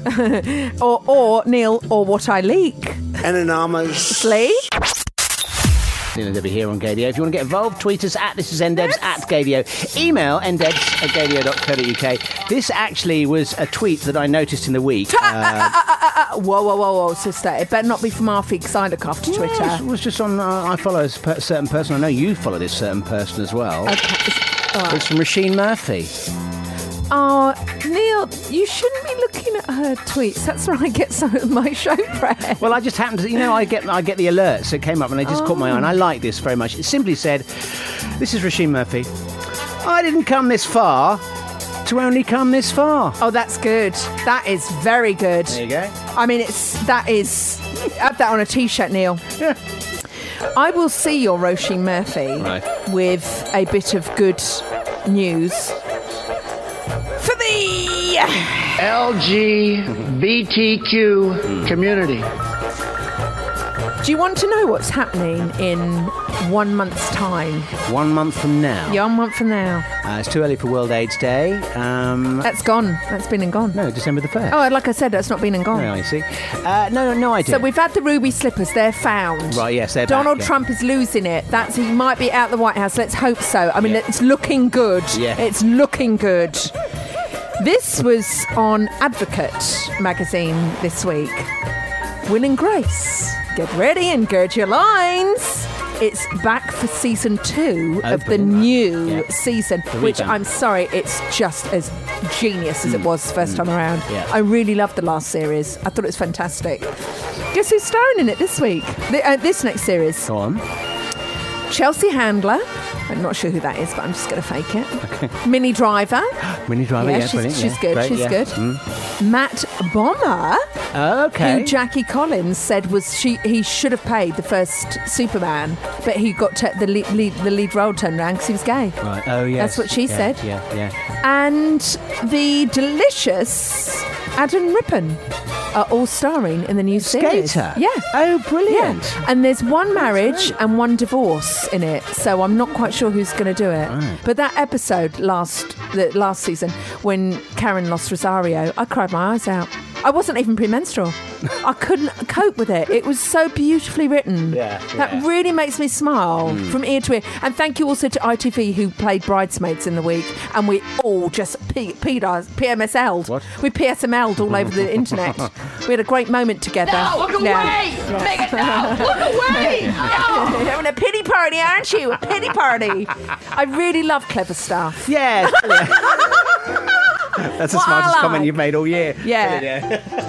Speaker 4: or, or Neil, or what I leak.
Speaker 18: Anonymously.
Speaker 5: Nina Debbie here on Gadio. If you want to get involved, tweet us at this is ndebs at gadio. Email ndebs at gadio.co.uk. This actually was a tweet that I noticed in the week. Uh,
Speaker 4: Uh, whoa, whoa, whoa, whoa, sister! It better not be from our because I look after Twitter.
Speaker 5: It was just on. Uh, I follow a per- certain person. I know you follow this certain person as well. It's from Rasheen Murphy.
Speaker 4: Oh, Neil, you shouldn't be looking at her tweets. That's where I get some of my show prep.
Speaker 5: Well, I just happened to, you know, I get I get the alerts that came up, and I just caught my eye, and I like this very much. It simply said, "This is Rasheen Murphy. I didn't come this far to only come this far."
Speaker 4: Oh, that's good. That is very good.
Speaker 5: There you go.
Speaker 4: I mean, it's that is. Add that on a t-shirt, Neil. Yeah. I will see your Roshi Murphy
Speaker 3: Right.
Speaker 4: with a bit of good news for the.
Speaker 7: LGBTQ community.
Speaker 4: Do you want to know what's happening in one month's time?
Speaker 5: One month from now.
Speaker 4: Yeah, one month from now.
Speaker 5: Uh, it's too early for World AIDS Day. Um,
Speaker 4: That's gone. That's been and gone.
Speaker 5: No, December the first.
Speaker 4: Oh, like I said, that's not been and gone.
Speaker 5: No, I see. Uh, no, no, no idea.
Speaker 4: So we've had the ruby slippers. They're found.
Speaker 5: Right, yes, they're back,
Speaker 4: Donald
Speaker 5: yeah.
Speaker 4: Trump is losing it. That's he might be out the White House. Let's hope so. I mean, it's looking good.
Speaker 5: Yeah.
Speaker 4: It's looking good. This was on Advocate magazine this week. Will and Grace, get ready and gird your lines. It's back for season two of the new season,
Speaker 5: The
Speaker 4: which
Speaker 5: revamp.
Speaker 4: I'm sorry, it's just as genius as it was first time around.
Speaker 5: Mm. Yeah.
Speaker 4: I really loved the last series. I thought it was fantastic. Guess who's starring in it this week? Th- uh, this next series.
Speaker 5: Go on.
Speaker 4: Chelsea Handler. I'm not sure who that is, but I'm just going to fake it. Minnie Driver.
Speaker 5: Mini driver,
Speaker 4: Yeah,
Speaker 5: Oh, yeah,
Speaker 4: she's-
Speaker 5: brilliant,
Speaker 4: she's
Speaker 5: yeah.
Speaker 4: good,
Speaker 5: Great,
Speaker 4: she's
Speaker 5: yeah.
Speaker 4: good.
Speaker 5: Mm.
Speaker 4: Matt Bomber.
Speaker 5: Okay.
Speaker 4: Who Jackie Collins said was she he should have played the first Superman, but he got t- the lead, lead the lead role turned around because he was gay.
Speaker 5: Right. Oh, yeah.
Speaker 4: That's what she said.
Speaker 5: Yeah, yeah.
Speaker 4: And the delicious Adam Rippon are all starring in the new series.
Speaker 5: Skater?
Speaker 4: Yeah.
Speaker 5: Oh, brilliant.
Speaker 4: And there's one marriage and one divorce in it, so I'm not quite sure who's going to do it. But that episode last the last season when Karen lost Rosario, I cried my eyes out. I wasn't even premenstrual. I couldn't cope with it. It was so beautifully written. Yeah, Hmm. That really makes me smile
Speaker 5: Mm.
Speaker 4: from ear to ear. And thank you also to ITV who played bridesmaids in the week, and we all just P- P'd our- PMSL'd. What? We PSML'd all over the internet. We had a great moment together.
Speaker 24: No, look
Speaker 4: Yeah.
Speaker 24: away! Megan, no! Look away! No!
Speaker 4: You're having a pity party, aren't you? A pity party. I really love clever stuff.
Speaker 5: Yes. That's the
Speaker 4: What I
Speaker 5: smartest comment
Speaker 4: like.
Speaker 5: you've made all year.
Speaker 4: Yeah.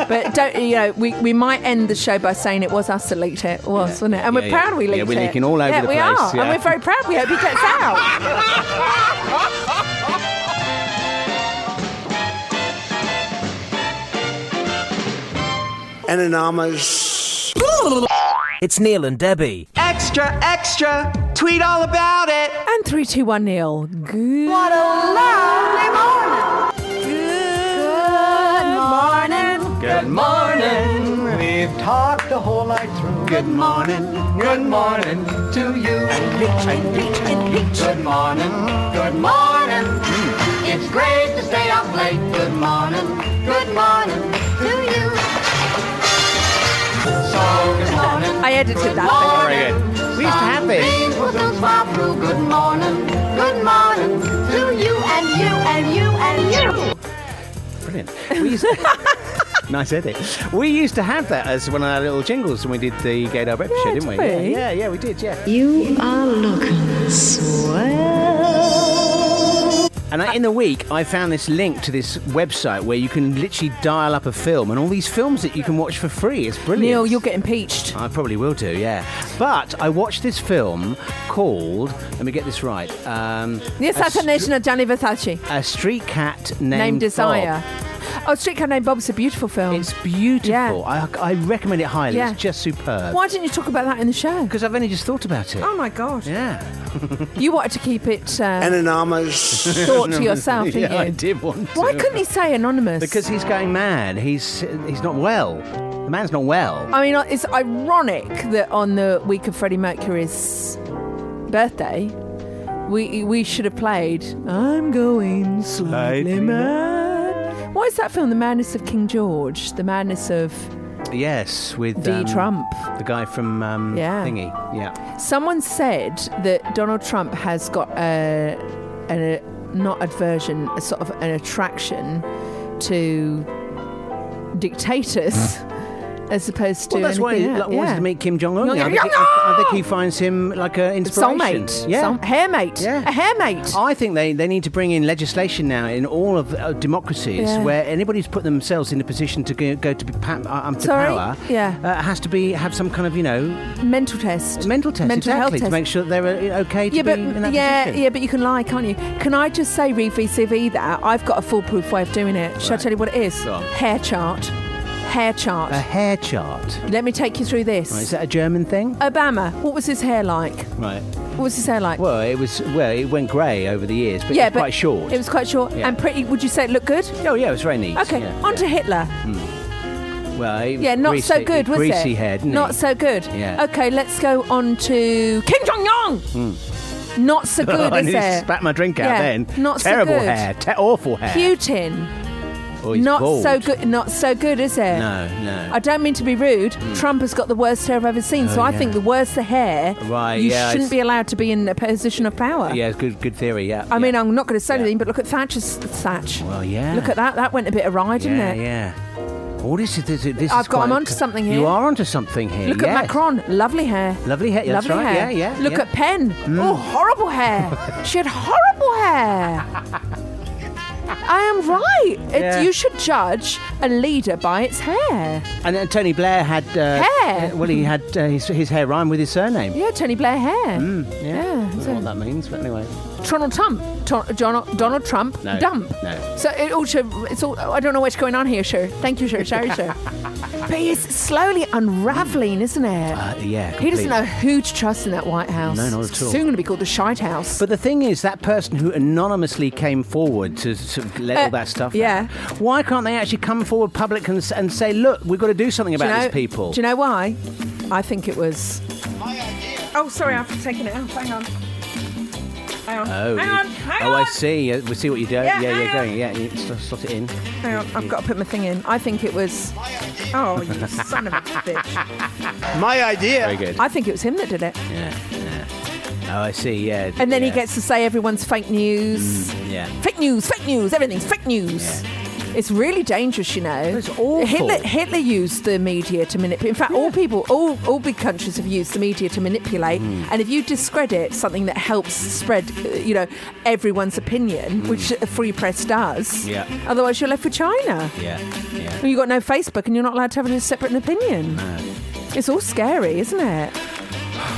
Speaker 5: Brilliant,
Speaker 4: but don't you know? We, we might end the show by saying it was us that leaked it. It was, wasn't it? And
Speaker 5: Yeah,
Speaker 4: we're
Speaker 5: yeah.
Speaker 4: proud we
Speaker 5: Yeah,
Speaker 4: leaked it.
Speaker 5: we're leaking all over
Speaker 4: yeah,
Speaker 5: the
Speaker 4: we
Speaker 5: place,
Speaker 4: are,
Speaker 5: yeah.
Speaker 4: and we're very proud. We hope he gets out.
Speaker 18: Anonymous.
Speaker 8: It's Neil and Debbie.
Speaker 4: Extra, extra. Tweet all about it. And three, two, one, Neil. Good. What a lovely morning. Good morning.
Speaker 8: Good morning. We've talked the whole night through. Good morning. Good morning to you. And peach, and peach, and peach. Good morning. Good morning. It's great to stay up late. Good morning. Good morning to you. So good morning.
Speaker 4: I edited
Speaker 8: good
Speaker 4: that bit.
Speaker 8: Morning.
Speaker 4: We used to have this.
Speaker 8: Sunbeams will soon smile through. Good morning. Good morning to you and you and you and you.
Speaker 5: Brilliant. We used nice edit. We used to have that as one of our little jingles when we did the Gaydar Breakfast Show, didn't we?
Speaker 8: we?
Speaker 5: Yeah, yeah, yeah, we did, yeah.
Speaker 8: You are looking swell.
Speaker 5: And I, in the week, I found this link to this website where you can literally dial up a film and all these films that you can watch for free. It's brilliant.
Speaker 4: Neil, you'll get impeached.
Speaker 5: I probably will do, yeah. But I watched this film called, let me get this right. Um,
Speaker 4: Yes,
Speaker 5: A
Speaker 4: that's a
Speaker 5: Str-
Speaker 4: nation of Gianni Versace.
Speaker 5: A Street Cat Named,
Speaker 4: Name Desire.
Speaker 5: Bob.
Speaker 4: Oh, Streetcar Named Bob's a beautiful film. It's
Speaker 5: beautiful. I, I recommend it highly.
Speaker 4: Um, Yeah.
Speaker 5: It's just superb.
Speaker 4: Why didn't you talk about that in the show?
Speaker 5: Because I've only just thought about it.
Speaker 4: Oh my god.
Speaker 5: Yeah.
Speaker 4: you wanted to keep it. Uh,
Speaker 18: Anonymous.
Speaker 4: Thought to yourself, didn't
Speaker 5: yeah,
Speaker 4: you?
Speaker 5: I did want to.
Speaker 4: Why couldn't he say anonymous?
Speaker 5: Because he's going mad. He's he's not well. The man's not well.
Speaker 4: I mean, it's ironic that on the week of Freddie Mercury's birthday, we we should have played "I'm Going Slightly Mad." Why is that film "The Madness of King George"? The madness of
Speaker 5: Yes, with um,
Speaker 4: D. Trump.
Speaker 5: the guy from um,
Speaker 4: Yeah.
Speaker 5: Thingy. Yeah.
Speaker 4: someone said that Donald Trump has got a, a not aversion, a sort of an attraction to dictators. As opposed to
Speaker 5: Hmm. Well, that's why he
Speaker 4: anything
Speaker 5: like,
Speaker 4: else.
Speaker 5: wanted
Speaker 4: Yeah.
Speaker 5: to meet Kim Jong Un. I,
Speaker 4: Jong-un.
Speaker 5: think- I I think he finds him like an inspiration.
Speaker 4: Soulmate.
Speaker 5: Yeah.
Speaker 4: Soul- hairmate. A hairmate.
Speaker 5: I think they, they need to bring in legislation now in all of uh, democracies
Speaker 4: Yeah.
Speaker 5: where anybody who's put themselves in a position to go, go to, be pa- uh, um, to
Speaker 4: Sorry?
Speaker 5: power
Speaker 4: Yeah.
Speaker 5: uh, has to be have some kind of you know
Speaker 4: Mental test.
Speaker 5: mental test
Speaker 4: Mental
Speaker 5: exactly
Speaker 4: health
Speaker 5: to
Speaker 4: test.
Speaker 5: make sure that they're uh, okay to
Speaker 4: yeah,
Speaker 5: be
Speaker 4: but
Speaker 5: in that
Speaker 4: yeah,
Speaker 5: position.
Speaker 4: yeah, but you can lie, can't you? Can I just say re VCV that I've got a foolproof way of doing it? Shall I tell you what it is?
Speaker 5: Go on.
Speaker 4: Hair chart, hair chart.
Speaker 5: A hair chart.
Speaker 4: Let me take you through this.
Speaker 5: Right, is that a German thing?
Speaker 4: Obama, what was his hair like?
Speaker 5: Right.
Speaker 4: What was his hair like?
Speaker 5: Well, it was well, it went grey over the years, but
Speaker 4: yeah,
Speaker 5: it was
Speaker 4: but
Speaker 5: quite short.
Speaker 4: It was quite short
Speaker 5: Yeah.
Speaker 4: and pretty. Would you say it looked good?
Speaker 5: Oh yeah, it was very neat.
Speaker 4: Okay,
Speaker 5: Yeah.
Speaker 4: on to Hitler.
Speaker 5: Well, it was
Speaker 4: Yeah, not so
Speaker 5: greasy-
Speaker 4: good, was
Speaker 5: greasy
Speaker 4: it?
Speaker 5: hair, didn't
Speaker 4: not
Speaker 5: it?
Speaker 4: so good.
Speaker 5: Yeah.
Speaker 4: Okay, let's go on to Kim Jong Un. Not so good,
Speaker 5: Hmm. Oh, I
Speaker 4: is
Speaker 5: nearly
Speaker 4: it?
Speaker 5: spat my drink out
Speaker 4: Yeah,
Speaker 5: then.
Speaker 4: Not
Speaker 5: Terrible
Speaker 4: so good.
Speaker 5: hair. Te- awful hair.
Speaker 4: Putin.
Speaker 5: Oh, he's
Speaker 4: not
Speaker 5: bald.
Speaker 4: so good. Not so good, is it?
Speaker 5: No, no.
Speaker 4: I don't mean to be rude. Trump has got the worst hair I've ever seen. so
Speaker 5: Oh,
Speaker 4: I
Speaker 5: yeah.
Speaker 4: think the worse the hair,
Speaker 5: Right,
Speaker 4: you
Speaker 5: yeah, I
Speaker 4: shouldn't
Speaker 5: s-
Speaker 4: be allowed to be in a position of power.
Speaker 5: Yeah, it's good, good theory. Yeah.
Speaker 4: I mean, I'm not going to say anything, but look at Thatcher's thatch.
Speaker 5: Well, yeah.
Speaker 4: Look at that. That went a bit awry, didn't
Speaker 5: yeah,
Speaker 4: it?
Speaker 5: yeah. Oh, this is this, is- this
Speaker 4: I've
Speaker 5: is
Speaker 4: got- I'm
Speaker 5: quite-
Speaker 4: onto something here.
Speaker 5: You are onto something here.
Speaker 4: Look
Speaker 5: yes.
Speaker 4: at Macron. Lovely hair.
Speaker 5: Lovely hair. That's
Speaker 4: Lovely
Speaker 5: right.
Speaker 4: hair.
Speaker 5: Yeah, yeah.
Speaker 4: Look
Speaker 5: yeah.
Speaker 4: at
Speaker 5: Mm.
Speaker 4: Penn. Oh, horrible hair. she had horrible hair. I am right. It-
Speaker 5: Yeah.
Speaker 4: you should judge a leader by its hair.
Speaker 5: And then Tony Blair had uh,
Speaker 4: Hair.
Speaker 5: uh, Well, he had uh, his, his hair rhymed with his surname.
Speaker 4: Yeah, Tony Blair hair.
Speaker 5: Mm, yeah.
Speaker 4: Yeah,
Speaker 5: I don't
Speaker 4: so-
Speaker 5: know what that means, but anyway.
Speaker 4: Donald Trump. Ton- John- Donald Trump.
Speaker 5: No.
Speaker 4: Dump.
Speaker 5: No.
Speaker 4: So it also, it's all, I don't know what's going on here, sir. Thank you, sir. Sorry, sir. But he's slowly unraveling, isn't it?
Speaker 5: Uh, yeah.
Speaker 4: he doesn't
Speaker 5: completely.
Speaker 4: know who to trust in that White House.
Speaker 5: No, not
Speaker 4: It's
Speaker 5: at all.
Speaker 4: Soon going to be called the Shite House.
Speaker 5: But the thing is, that person who anonymously came forward to sort of let
Speaker 4: Uh,
Speaker 5: all that stuff
Speaker 4: yeah.
Speaker 5: out, why can't they actually come forward public and, s- and say, look, we've got to do something
Speaker 4: Do
Speaker 5: about
Speaker 4: you know-
Speaker 5: these people?
Speaker 4: Do you know why? I think it was. Oh, sorry, I've taken it out. Hang on. Hang on.
Speaker 5: Oh,
Speaker 4: hang
Speaker 5: you-
Speaker 4: on. Hang
Speaker 5: oh,
Speaker 4: on.
Speaker 5: I see. Uh, We see what you're doing.
Speaker 4: Yeah,
Speaker 5: Yeah, yeah,
Speaker 4: hang
Speaker 5: you're
Speaker 4: on.
Speaker 5: going. Yeah, you slot, slot it in.
Speaker 4: Hang on. I've got to put my thing in. I think it was. Oh, you son of a bitch.
Speaker 5: My idea. Very good.
Speaker 4: I think it was him that did it.
Speaker 5: Yeah, yeah. Oh, I see. Yeah.
Speaker 4: And then
Speaker 5: yeah.
Speaker 4: he gets to say everyone's fake news.
Speaker 5: Mm, yeah.
Speaker 4: Fake news, fake news, everything's fake news. It's really dangerous, you know. It's awful. Hitler, Hitler used the media to manipulate. In fact, all people, all, all big countries have used the media to manipulate. And if you discredit something that helps spread, uh, you know, everyone's opinion, which a free press does,
Speaker 5: Yeah.
Speaker 4: otherwise you're left with China.
Speaker 5: Yeah, yeah.
Speaker 4: You've got no Facebook and you're not allowed to have a separate opinion. It's all scary, isn't it?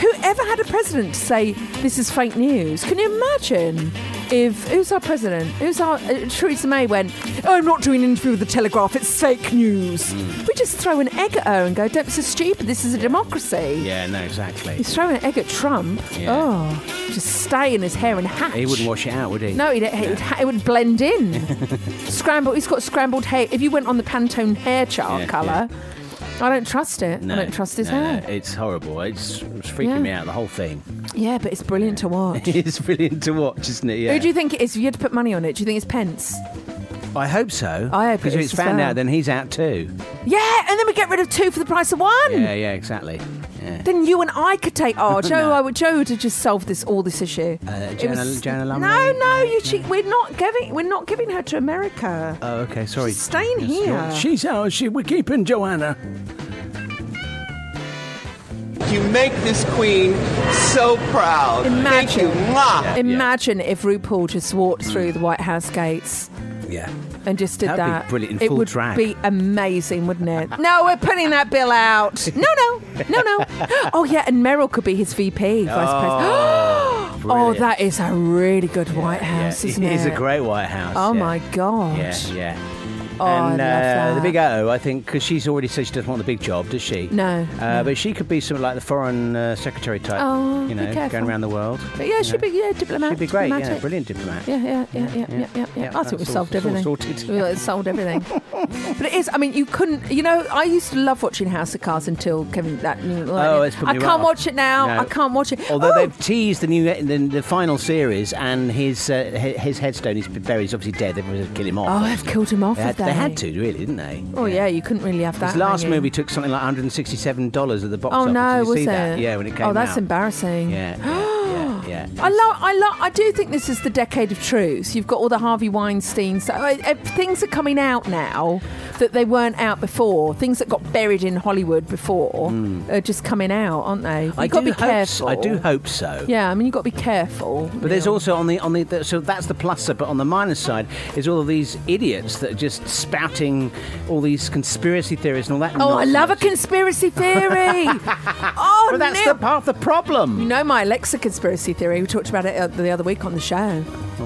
Speaker 4: Whoever had a president to say this is fake news? Can you imagine if who's our president? Who's our uh, Theresa May went? Oh, I'm not doing an interview with the Telegraph. It's fake news.
Speaker 5: Mm.
Speaker 4: We just throw an egg at her and go, "Don't be so stupid. This is a democracy."
Speaker 5: Yeah, no, exactly.
Speaker 4: He's throwing an egg at Trump.
Speaker 5: Yeah.
Speaker 4: Oh, just stay in his hair and hatch.
Speaker 5: He wouldn't wash it out, would he?
Speaker 4: No, he'd, he'd, it would blend in. Scrambled. He's got scrambled hair. If you went on the Pantone hair chart
Speaker 5: Yeah,
Speaker 4: colour, I don't trust it.
Speaker 5: No,
Speaker 4: I don't trust his
Speaker 5: no,
Speaker 4: hair.
Speaker 5: no, It's horrible. It's, it's freaking
Speaker 4: Yeah.
Speaker 5: me out, the whole thing.
Speaker 4: Yeah, but it's brilliant to watch.
Speaker 5: it's brilliant to watch, isn't it? Yeah.
Speaker 4: Who do you think it is? If you had to put money on it, do you think it's Pence?
Speaker 5: I hope so.
Speaker 4: I hope
Speaker 5: Because
Speaker 4: it
Speaker 5: if
Speaker 4: is
Speaker 5: it's
Speaker 4: as
Speaker 5: found
Speaker 4: well.
Speaker 5: out, then he's out too.
Speaker 4: Yeah, and then we get rid of two for the price of one.
Speaker 5: Yeah, yeah, exactly. Yeah.
Speaker 4: Then you and I could take. Oh, Joe,
Speaker 5: No.
Speaker 4: I would, Joe would have just solved this all this issue.
Speaker 5: Uh,
Speaker 4: It
Speaker 5: Joanna,
Speaker 4: was-
Speaker 5: Joanna Lumley.
Speaker 4: no, no, you cheat. We're not giving. We're not giving her to America.
Speaker 5: Oh, okay, sorry.
Speaker 4: She's staying
Speaker 5: Yes,
Speaker 4: here.
Speaker 5: She's ours. She, we're keeping Joanna.
Speaker 2: You make this queen so
Speaker 5: Oh,
Speaker 2: proud. Thank you.
Speaker 4: Imagine,
Speaker 2: Mwah.
Speaker 4: imagine if RuPaul just walked
Speaker 5: Mm.
Speaker 4: through the White House gates
Speaker 5: Yeah.
Speaker 4: and just did
Speaker 5: That'd be
Speaker 4: that.
Speaker 5: brilliant in
Speaker 4: It
Speaker 5: full
Speaker 4: would
Speaker 5: drag.
Speaker 4: be amazing, wouldn't it? no, we're putting that bill out. No, no, no, no. Oh yeah, and Merrill could be his VP, vice
Speaker 5: Oh,
Speaker 4: president. oh,
Speaker 5: brilliant.
Speaker 4: that is a really good White House,
Speaker 5: yeah,
Speaker 4: isn't
Speaker 5: it
Speaker 4: it?
Speaker 5: is a great White House.
Speaker 4: Oh
Speaker 5: yeah.
Speaker 4: my god.
Speaker 5: Yeah, yeah.
Speaker 4: Oh, I love
Speaker 5: and uh,
Speaker 4: that.
Speaker 5: the big O, I think, because she's already said she doesn't want the big job, does she?
Speaker 4: No,
Speaker 5: Uh, But she could be something like the foreign uh, secretary type,
Speaker 4: Oh,
Speaker 5: you
Speaker 4: be
Speaker 5: know, going
Speaker 4: careful.
Speaker 5: around the world.
Speaker 4: But yeah,
Speaker 5: you
Speaker 4: she'd
Speaker 5: know.
Speaker 4: be yeah, diplomat.
Speaker 5: She'd be great, yeah,
Speaker 4: diplomatic.
Speaker 5: brilliant diplomat.
Speaker 4: Yeah, yeah, yeah, yeah, yeah, yeah, yeah. I think we
Speaker 5: that's all-
Speaker 4: solved
Speaker 5: it's all
Speaker 4: everything.
Speaker 5: sorted.
Speaker 4: We like, solved everything. but it is. I mean, you couldn't. You know, I used to love watching House of Cards until Kevin. That.
Speaker 5: Oh, it's
Speaker 4: I
Speaker 5: probably
Speaker 4: can't
Speaker 5: right.
Speaker 4: watch it now.
Speaker 5: No.
Speaker 4: I can't watch it.
Speaker 5: Although
Speaker 4: Oh,
Speaker 5: they've teased the new the, the final series, and his uh, he- his headstone is buried. He's obviously dead. They were going to kill him off.
Speaker 4: Oh, they've killed him off,
Speaker 5: They
Speaker 4: have
Speaker 5: had,
Speaker 4: they?
Speaker 5: they had to, really, didn't they?
Speaker 4: Oh yeah, you couldn't really have that.
Speaker 5: His last
Speaker 4: hanging.
Speaker 5: movie took something like 167 dollars at the box
Speaker 4: Oh
Speaker 5: office.
Speaker 4: no,
Speaker 5: Did you
Speaker 4: was
Speaker 5: see
Speaker 4: it?
Speaker 5: That? Yeah, when it came
Speaker 4: Oh, that's
Speaker 5: out.
Speaker 4: embarrassing.
Speaker 5: Yeah, yeah, yeah, yeah.
Speaker 4: I love, I love, I do think this is the decade of truth. You've got all the Harvey Weinstein stuff. I- I- Things are coming out now that they weren't out before. Things that got buried in Hollywood before are just coming out, aren't they? You've
Speaker 5: Hmm. I
Speaker 4: got
Speaker 5: do
Speaker 4: to be
Speaker 5: hope
Speaker 4: careful.
Speaker 5: So. I do hope so.
Speaker 4: Yeah, I mean, you've got to be careful.
Speaker 5: But there's also on the on the, the so that's the plus side, but on the minus side is all of these idiots that are just spouting all these conspiracy theories and all that.
Speaker 4: Oh, I
Speaker 5: nonsense.
Speaker 4: love a conspiracy theory. oh,
Speaker 5: But that's
Speaker 4: Neil.
Speaker 5: the part of the problem.
Speaker 4: You know my Alexa conspiracy theory. We talked about it uh, the other week on the show.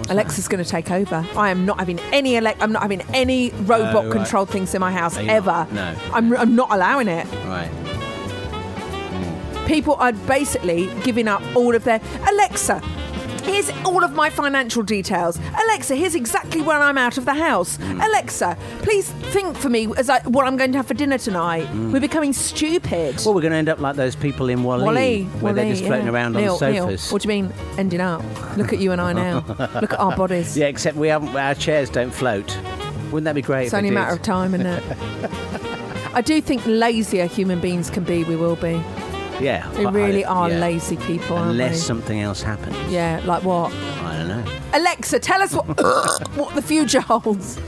Speaker 4: Alexa's going to take over. I am not having any. Ele- I'm not having any robot
Speaker 5: Oh, right.
Speaker 4: controlled things in my house
Speaker 5: Are you
Speaker 4: ever.
Speaker 5: not? No.
Speaker 4: I'm, I'm not allowing it.
Speaker 5: Right.
Speaker 4: People are basically giving up all of their Alexa. Here's all of my financial details. Alexa, here's exactly when I'm out of the house.
Speaker 5: Hmm.
Speaker 4: Alexa, please think for me as I, what I'm going to have for dinner tonight.
Speaker 5: Mm.
Speaker 4: We're becoming stupid.
Speaker 5: Well, we're going to end up like those people in Wally,
Speaker 4: Wally,
Speaker 5: where they're
Speaker 4: Wally,
Speaker 5: just floating
Speaker 4: yeah.
Speaker 5: around
Speaker 4: Neil,
Speaker 5: on sofas.
Speaker 4: Neil, what do you mean ending up? Look at you and I now. Look at our bodies.
Speaker 5: Yeah, except we haven't. Our chairs don't float. Wouldn't that be great?
Speaker 4: It's
Speaker 5: if
Speaker 4: only a
Speaker 5: they
Speaker 4: matter
Speaker 5: did?
Speaker 4: of time, isn't it? I do think lazier human beings can be. We will be.
Speaker 5: Yeah,
Speaker 4: We
Speaker 5: but I-
Speaker 4: really are
Speaker 5: yeah.
Speaker 4: lazy people, aren't
Speaker 5: Unless
Speaker 4: we?
Speaker 5: something else happens.
Speaker 4: Yeah, like what?
Speaker 5: I don't know.
Speaker 4: Alexa, tell us what what the future holds.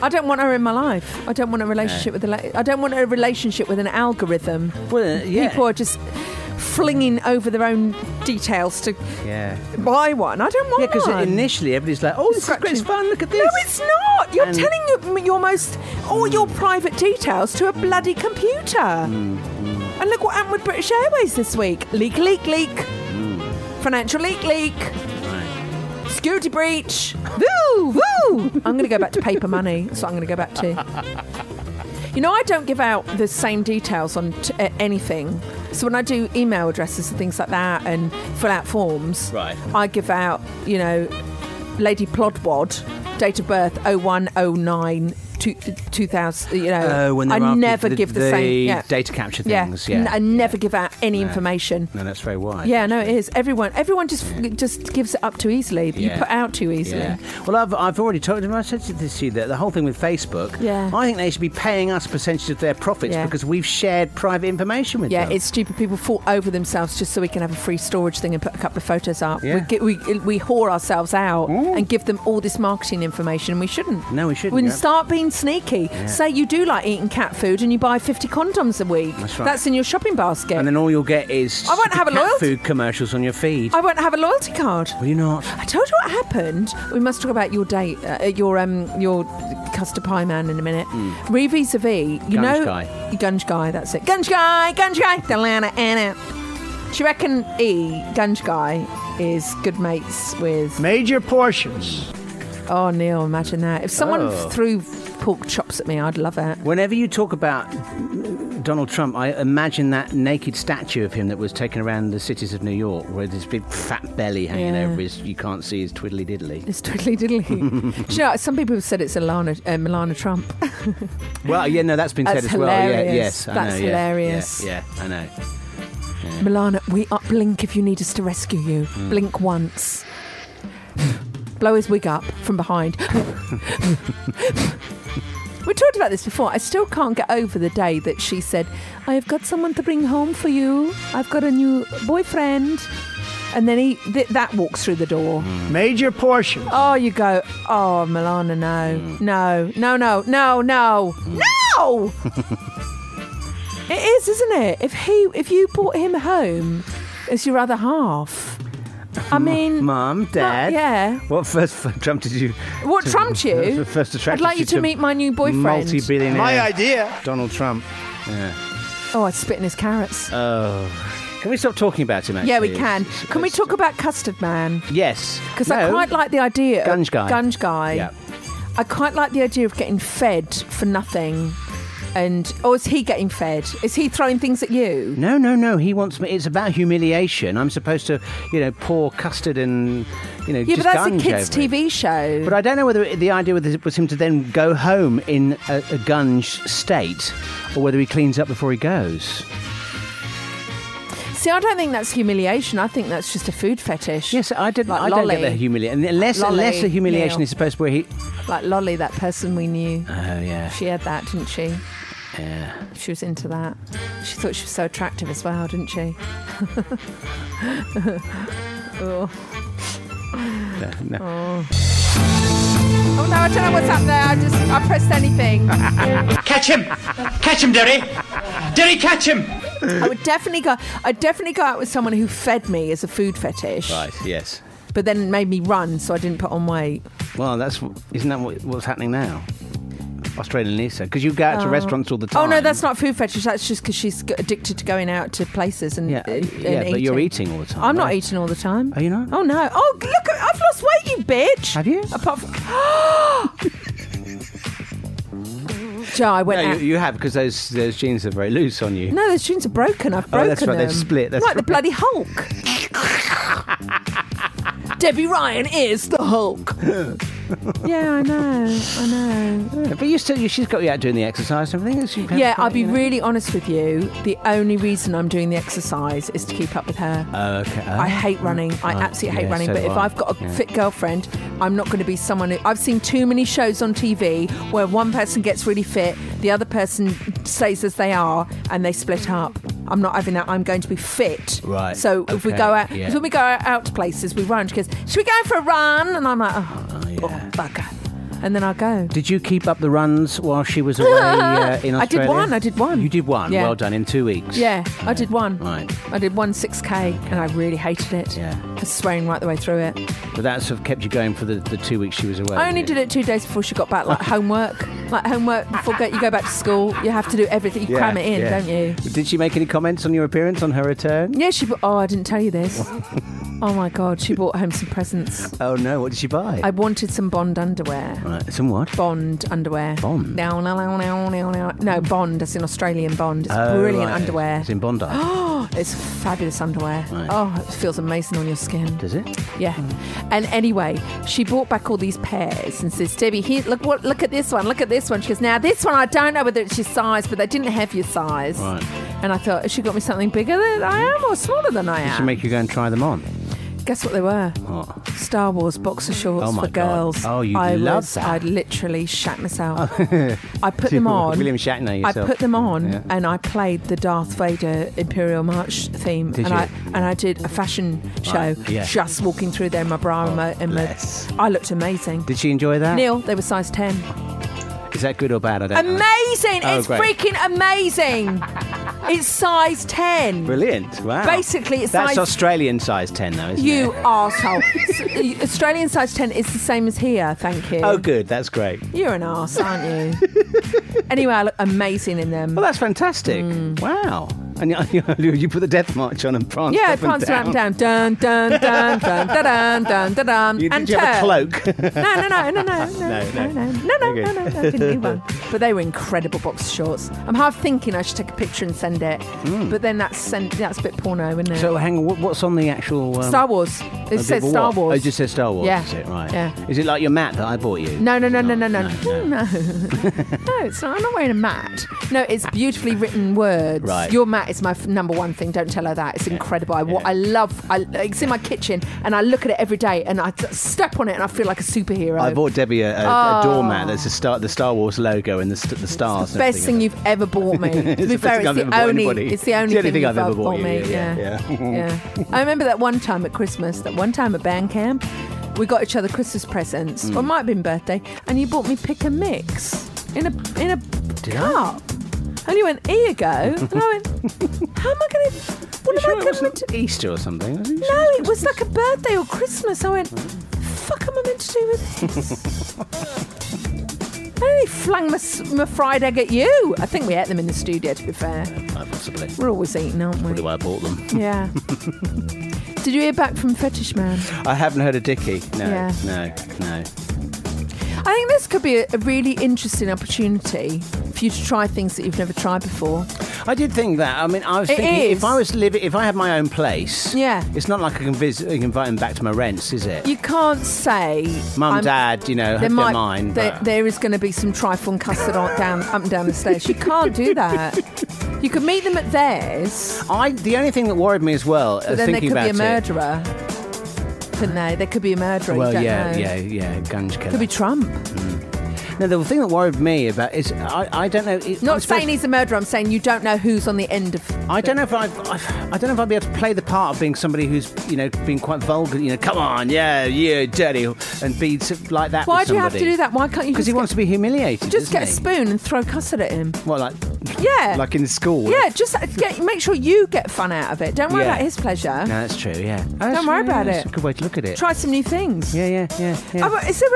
Speaker 4: I don't want her in my life. I don't want a relationship with a. I don't want a relationship with an algorithm.
Speaker 5: Well, uh, yeah.
Speaker 4: People are just flinging over their own details to
Speaker 5: Yeah.
Speaker 4: buy one. I don't want
Speaker 5: Yeah, because
Speaker 4: one.
Speaker 5: initially everybody's like, "Oh, this is great, it's fun. Look at this."
Speaker 4: No, it's not. You're
Speaker 5: And- Hmm.
Speaker 4: telling your, your most all your private details to a bloody computer.
Speaker 5: hmm.
Speaker 4: And look what happened with British Airways this week: leak, leak, leak,
Speaker 5: Hmm.
Speaker 4: financial leak, leak, security breach. Woo, woo! I'm going to go back to paper money. That's what I'm going to go back to. You know, I don't give out the same details on t- uh, anything. So when I do email addresses and things like that, and fill out forms,
Speaker 5: Right.
Speaker 4: I give out, you know, Lady Plodwad, date of birth 0109 two- 2000, you know.
Speaker 5: Oh, when
Speaker 4: I
Speaker 5: they're after
Speaker 4: never
Speaker 5: the-
Speaker 4: give the,
Speaker 5: the
Speaker 4: same yeah.
Speaker 5: data capture things,
Speaker 4: N-
Speaker 5: yeah.
Speaker 4: I never give out any
Speaker 5: No.
Speaker 4: information.
Speaker 5: No, that's very wise.
Speaker 4: Yeah, no, it is. Everyone, everyone just just gives it up too easily. You
Speaker 5: Yeah.
Speaker 4: put out too easily.
Speaker 5: Yeah. Well, I've, I've already told them. I said to this to you that the whole thing with Facebook.
Speaker 4: Yeah.
Speaker 5: I think they should be paying us a percentage of their profits
Speaker 4: Yeah.
Speaker 5: because we've shared private information with
Speaker 4: Yeah,
Speaker 5: them.
Speaker 4: it's stupid. People fall over themselves just so we can have a free storage thing and put a couple of photos up.
Speaker 5: Yeah.
Speaker 4: We, get, we we whore ourselves out and give them all this marketing information. and We shouldn't.
Speaker 5: No, we shouldn't.
Speaker 4: When you
Speaker 5: You're
Speaker 4: start being sneaky,
Speaker 5: Yeah.
Speaker 4: say you do like eating cat food and you buy fifty condoms a week.
Speaker 5: That's right.
Speaker 4: in your shopping basket.
Speaker 5: And then all you'll get is
Speaker 4: I won't have a
Speaker 5: cat
Speaker 4: loyalty-
Speaker 5: food commercials on your feed.
Speaker 4: I won't have a loyalty card.
Speaker 5: Will you not?
Speaker 4: I told you what happened. We must talk about your date, uh, your um, your custard pie man in a minute.
Speaker 5: Mm.
Speaker 4: Re vis a vis, you
Speaker 5: Gunge
Speaker 4: know,
Speaker 5: guy.
Speaker 4: Gunge guy. That's it. Gunge guy, Gunge guy. Delana Anna. Do you reckon E Gunge guy is good mates with
Speaker 1: major portions?
Speaker 4: Oh Neil, imagine that. If someone
Speaker 5: Oh.
Speaker 4: threw pork chops at me, I'd love it.
Speaker 5: Whenever you talk about Donald Trump, I imagine that naked statue of him that was taken around the cities of New York with his big fat belly hanging
Speaker 4: Yeah.
Speaker 5: over his, you can't see his twiddly diddly.
Speaker 4: It's twiddly diddly. Do you know, some people have said it's Alana, uh, Milana Trump.
Speaker 5: Well, yeah, no, that's been
Speaker 4: That's
Speaker 5: said as well. Yeah,
Speaker 4: hilarious.
Speaker 5: yes, I
Speaker 4: That's
Speaker 5: know, yeah,
Speaker 4: hilarious.
Speaker 5: Yeah, yeah, I know.
Speaker 4: Milana, we up blink if you need us to rescue you.
Speaker 5: Mm.
Speaker 4: Blink once. Blow his wig up from behind. we talked about this before. I still can't get over the day that she said, I've got someone to bring home for you. I've got a new boyfriend. And then he th- that walks through the door.
Speaker 1: Major portion.
Speaker 4: Oh, you go, oh, Milana,
Speaker 5: Mm.
Speaker 4: no. No, no, no, no, no, no! It is, isn't it? If he, if you brought him home as your other half, I mean,
Speaker 5: Mum, Dad.
Speaker 4: yeah.
Speaker 5: What first f- Trump did you?
Speaker 4: What trumped you?
Speaker 5: what First attracted
Speaker 4: I'd like you to meet my new boyfriend.
Speaker 5: Multi-billionaire.
Speaker 4: My idea.
Speaker 5: Donald Trump. Yeah.
Speaker 4: oh, I'd spit in his carrots.
Speaker 5: Oh. Can we stop talking about him? Actually?
Speaker 4: yeah, we can. Can we talk about Custard Man?
Speaker 5: Yes.
Speaker 4: Because I
Speaker 5: No.
Speaker 4: quite like the idea. of-
Speaker 5: Gunge guy.
Speaker 4: Gunge guy.
Speaker 5: Yeah.
Speaker 4: I quite like the idea of getting fed for nothing. And or is he getting fed? Is he throwing things at you?
Speaker 5: No, no, no. He wants me. It's about humiliation. I'm supposed to, you know, pour custard and, you know,
Speaker 4: Yeah,
Speaker 5: just
Speaker 4: but that's a
Speaker 5: gunge
Speaker 4: kids'
Speaker 5: over it.
Speaker 4: TV show.
Speaker 5: But I don't know whether it- the idea was was him to then go home in a, a gunge state, or whether he cleans up before he goes.
Speaker 4: See, I don't think that's humiliation. I think that's just a food fetish. Yes,
Speaker 5: I didn't.
Speaker 4: Like
Speaker 5: I
Speaker 4: lolly.
Speaker 5: don't get the humiliation unless
Speaker 4: Lolly
Speaker 5: unless the humiliation
Speaker 4: meal.
Speaker 5: is supposed to where he.
Speaker 4: Like Lolly, that person we knew.
Speaker 5: Oh yeah,
Speaker 4: She had that, didn't she?
Speaker 5: yeah.
Speaker 4: She was into that. She thought she was so attractive as well, didn't she? oh.
Speaker 5: No, no.
Speaker 4: Oh. Oh, no, I don't know what's up there. I just I pressed anything.
Speaker 8: Catch him! Catch him, Derry! Derry, catch him!
Speaker 4: I would definitely go. I'd definitely go out with someone who fed me as a food fetish,
Speaker 5: Right. Yes.
Speaker 4: but then made me run so I didn't put on weight.
Speaker 5: Well, that's isn't that what, what's happening now? Australian Lisa, because you go out to
Speaker 4: Oh.
Speaker 5: restaurants all the time.
Speaker 4: Oh no, that's not food fetish. That's just because she's g- addicted to going out to places and,
Speaker 5: yeah,
Speaker 4: and- and
Speaker 5: yeah,
Speaker 4: eating.
Speaker 5: but you're eating all the time.
Speaker 4: I'm not
Speaker 5: right?
Speaker 4: eating all the time. Are
Speaker 5: you not?
Speaker 4: Oh no. Oh look, I've lost weight, you bitch. Have
Speaker 5: you?
Speaker 4: Apart from. Joe, I went
Speaker 5: no,
Speaker 4: out.
Speaker 5: you, you have because those those jeans are very loose on you.
Speaker 4: No, those jeans are broken. I've broken
Speaker 5: Oh, that's right,
Speaker 4: them.
Speaker 5: they've split, that's
Speaker 4: like the
Speaker 5: right.
Speaker 4: bloody Hulk. Debbie Ryan is the Hulk. yeah, I know. I know.
Speaker 5: But you still, you, she's got you out doing the exercise and everything. so you have
Speaker 4: Yeah,
Speaker 5: to-
Speaker 4: I'll be
Speaker 5: you know.
Speaker 4: really honest with you. The only reason I'm doing the exercise is to keep up with her.
Speaker 5: Oh, okay. uh,
Speaker 4: I hate running. I absolutely hate running. but if I've got a fit girlfriend, I'm not going to be someone who. I've seen too many shows on TV where one person gets really fit, the other person stays as they are, and they split up. I'm not having that. I'm going to be fit.
Speaker 5: Right,
Speaker 4: So if we
Speaker 5: okay,
Speaker 4: go out,
Speaker 5: yeah.
Speaker 4: because when we go out to places, we run. She goes, "Should we go for a run?" And I'm like, "Oh, oh, bugger," and then I go.
Speaker 5: Did you keep up the runs while she was away uh, in Australia?
Speaker 4: I did one, I did one.
Speaker 5: You did one.
Speaker 4: Yeah.
Speaker 5: Well done. In two weeks.
Speaker 4: Yeah, I did one.
Speaker 5: Right.
Speaker 4: I did one 6K and I really hated it. Yeah. I was swearing right the way through it.
Speaker 5: But that sort of kept you going for the, the two weeks she was away.
Speaker 4: I only did it two days before she got back, like homework. Like homework before go, you go back to school, you have to do everything. You
Speaker 5: Yeah,
Speaker 4: cram it in,
Speaker 5: yeah.
Speaker 4: don't you?
Speaker 5: Did she make any comments on your appearance on her return?
Speaker 4: Yeah, she. bu- Oh, I didn't tell you this. oh my God, she brought home some presents.
Speaker 5: Oh no! What did she buy?
Speaker 4: I wanted some Bond underwear.
Speaker 5: Right. Some what?
Speaker 4: Bond underwear.
Speaker 5: Bond?
Speaker 4: No, no, no, no, no, no. No, Bond. That's in Australian Bond. It's
Speaker 5: Oh,
Speaker 4: brilliant
Speaker 5: right.
Speaker 4: underwear.
Speaker 5: It's in Bondi.
Speaker 4: Oh, it's fabulous underwear.
Speaker 5: Right.
Speaker 4: Oh, it feels amazing on your skin.
Speaker 5: Does it?
Speaker 4: Yeah.
Speaker 5: Hmm.
Speaker 4: And anyway, she brought back all these pairs and says, Debbie, here, look, what, look at this one, look at this one. She goes, now this one, I don't know whether it's your size, but they didn't have your size.
Speaker 5: Right.
Speaker 4: And I thought, has she got me something bigger than I am or smaller than I
Speaker 5: Did she
Speaker 4: am?
Speaker 5: make you go and try them on? Oh.
Speaker 4: Guess what they were?
Speaker 5: What?
Speaker 4: Star Wars boxer shorts
Speaker 5: Oh my
Speaker 4: for
Speaker 5: God.
Speaker 4: girls.
Speaker 5: Oh, you'd
Speaker 4: I
Speaker 5: love
Speaker 4: was,
Speaker 5: that.
Speaker 4: I'd literally shat myself.
Speaker 5: I
Speaker 4: put them on.
Speaker 5: William Shatner.
Speaker 4: I
Speaker 5: Yourself.
Speaker 4: put them on
Speaker 5: Yeah.
Speaker 4: and I played the Darth Vader Imperial March theme,
Speaker 5: Did
Speaker 4: and
Speaker 5: you?
Speaker 4: I and I did a fashion show,
Speaker 5: Right, yeah. Oh,
Speaker 4: just walking through there in my bra and my, and my I looked amazing.
Speaker 5: Did she enjoy that? Is
Speaker 4: Neil, they were size ten.
Speaker 5: that good or bad? I don't know.
Speaker 4: Amazing!
Speaker 5: Oh,
Speaker 4: it's
Speaker 5: great.
Speaker 4: freaking amazing. it's size ten.
Speaker 5: Brilliant. Wow.
Speaker 4: Basically, it's
Speaker 5: That's
Speaker 4: size-
Speaker 5: Australian size 10, though, isn't
Speaker 4: You
Speaker 5: it?
Speaker 4: asshole. Australian size ten is the same as here. Thank you.
Speaker 5: Oh, good. That's great.
Speaker 4: You're an arse, aren't you? anyway, I look amazing in them.
Speaker 5: Well, that's fantastic.
Speaker 4: Mm.
Speaker 5: Wow. And you, you, you put the death march on and pranced
Speaker 4: yeah,
Speaker 5: up and
Speaker 4: pranced
Speaker 5: down.
Speaker 4: around and down, dun dun dun dun dun dun dun dun dun.
Speaker 5: You,
Speaker 4: and
Speaker 5: did you have a
Speaker 4: turn.
Speaker 5: cloak?
Speaker 4: No, no, no, no, no, no,
Speaker 5: no.
Speaker 4: no, no, no, no,
Speaker 5: Okay.
Speaker 4: no, no, no, I didn't need one. But they were incredible boxer shorts. I'm half thinking I should take a picture and send it,
Speaker 5: Mm.
Speaker 4: but then that's send, that's a bit porno, isn't it?
Speaker 5: So, um, hang on, what, what's on the actual. Um,
Speaker 4: Star Wars.
Speaker 5: oh,
Speaker 4: It says
Speaker 5: but
Speaker 4: Star
Speaker 5: what?
Speaker 4: Wars.
Speaker 5: Oh, it just says Star Wars,
Speaker 4: Yeah.
Speaker 5: is it? Right.
Speaker 4: Yeah.
Speaker 5: Is it like your mat that I bought you?
Speaker 4: No, no, no, no, no, no,
Speaker 5: no.
Speaker 4: no. No, it's not. I'm not wearing a mat. No, it's beautifully written words.
Speaker 5: Right.
Speaker 4: Your mat is my f- number one thing. Don't tell her that. It's incredible. I, wa- I love. I, it's in my kitchen, and I look at it every day, and I t- step on it, and I feel like a superhero.
Speaker 5: I bought Debbie a, a, a
Speaker 4: Oh.
Speaker 5: doormat that's a star, the Star Wars logo and the, st- the stars. and
Speaker 4: Best
Speaker 5: everything.
Speaker 4: thing you've ever bought me. to
Speaker 5: It's
Speaker 4: be
Speaker 5: the best
Speaker 4: fair,
Speaker 5: thing
Speaker 4: it's
Speaker 5: I've ever
Speaker 4: the
Speaker 5: bought
Speaker 4: only.
Speaker 5: anybody.
Speaker 4: It's the only thing, you've ever bought, me.
Speaker 5: yeah,
Speaker 4: yeah.
Speaker 5: yeah.
Speaker 4: Yeah.
Speaker 5: Mm.
Speaker 4: I remember that one time at Christmas, that one time at band camp, we got each other Christmas presents,
Speaker 5: Mm.
Speaker 4: or it might have been birthday, and you bought me pick and mix in a in a
Speaker 5: Did I?
Speaker 4: cup. And he went, here you go. And I went, how am I going to, what am I going to do?
Speaker 5: Easter or something. No,
Speaker 4: it was like a birthday or Christmas. I went, fuck am I meant to do with this? I only flung my, s- my fried egg at you. I think we ate them in the studio, to be fair.
Speaker 5: Oh, possibly.
Speaker 4: We're always eating, aren't we?
Speaker 5: Probably why I bought them.
Speaker 4: Yeah. Did you hear back from Fetish Man?
Speaker 5: I haven't heard a Dicky. No,
Speaker 4: Yeah.
Speaker 5: no, no.
Speaker 4: I think this could be a, a really interesting opportunity for you to try things that you've never tried before.
Speaker 5: I did think that. I mean, I was
Speaker 4: It
Speaker 5: thinking
Speaker 4: is.
Speaker 5: if I was living, if I had my own place,
Speaker 4: Yeah.
Speaker 5: it's not like I can visit, I can invite them back to my rents, is it?
Speaker 4: You can't say.
Speaker 5: Mum,
Speaker 4: I'm-
Speaker 5: Dad, you know, hope they're mine.
Speaker 4: there-
Speaker 5: but-
Speaker 4: there is going to be some trifle and custard on, down, up and down the stairs. You can't do that. You could meet them at theirs,
Speaker 5: I the only thing that worried me as well, uh,
Speaker 4: but then they
Speaker 5: thinking
Speaker 4: could be a
Speaker 5: about it.
Speaker 4: murderer. Couldn't they? They could be a murderer. you
Speaker 5: Well,
Speaker 4: don't
Speaker 5: yeah,
Speaker 4: know.
Speaker 5: yeah, yeah, gunge killer.
Speaker 4: Could be Trump.
Speaker 5: no, the thing that worried me about is I, I don't know. it-
Speaker 4: Not
Speaker 5: I
Speaker 4: saying
Speaker 5: suppose-
Speaker 4: he's a murderer. I'm saying you don't know who's on the end of.
Speaker 5: I don't know if I've, I've, I don't know if I'd be able to play the part of being somebody who's you know being quite vulgar. You know, come on, yeah, yeah, dirty, and be s- like that.
Speaker 4: Why
Speaker 5: with
Speaker 4: do you have to
Speaker 5: somebody.
Speaker 4: do that? Why can't you? just
Speaker 5: Because he
Speaker 4: get-
Speaker 5: wants to be humiliated.
Speaker 4: Just get a
Speaker 5: doesn't
Speaker 4: spoon and throw custard at him.
Speaker 5: he? What, like
Speaker 4: Yeah.
Speaker 5: like in school?
Speaker 4: yeah, just uh, get, make sure you get fun out of it. Don't worry
Speaker 5: Yeah.
Speaker 4: about his pleasure.
Speaker 5: No, that's true. Yeah. Oh,
Speaker 4: Don't
Speaker 5: that's-
Speaker 4: worry
Speaker 5: yeah,
Speaker 4: about
Speaker 5: that's
Speaker 4: it.
Speaker 5: A good way to look at it.
Speaker 4: Try some new things.
Speaker 5: Yeah, yeah, yeah.
Speaker 4: Oh, but is there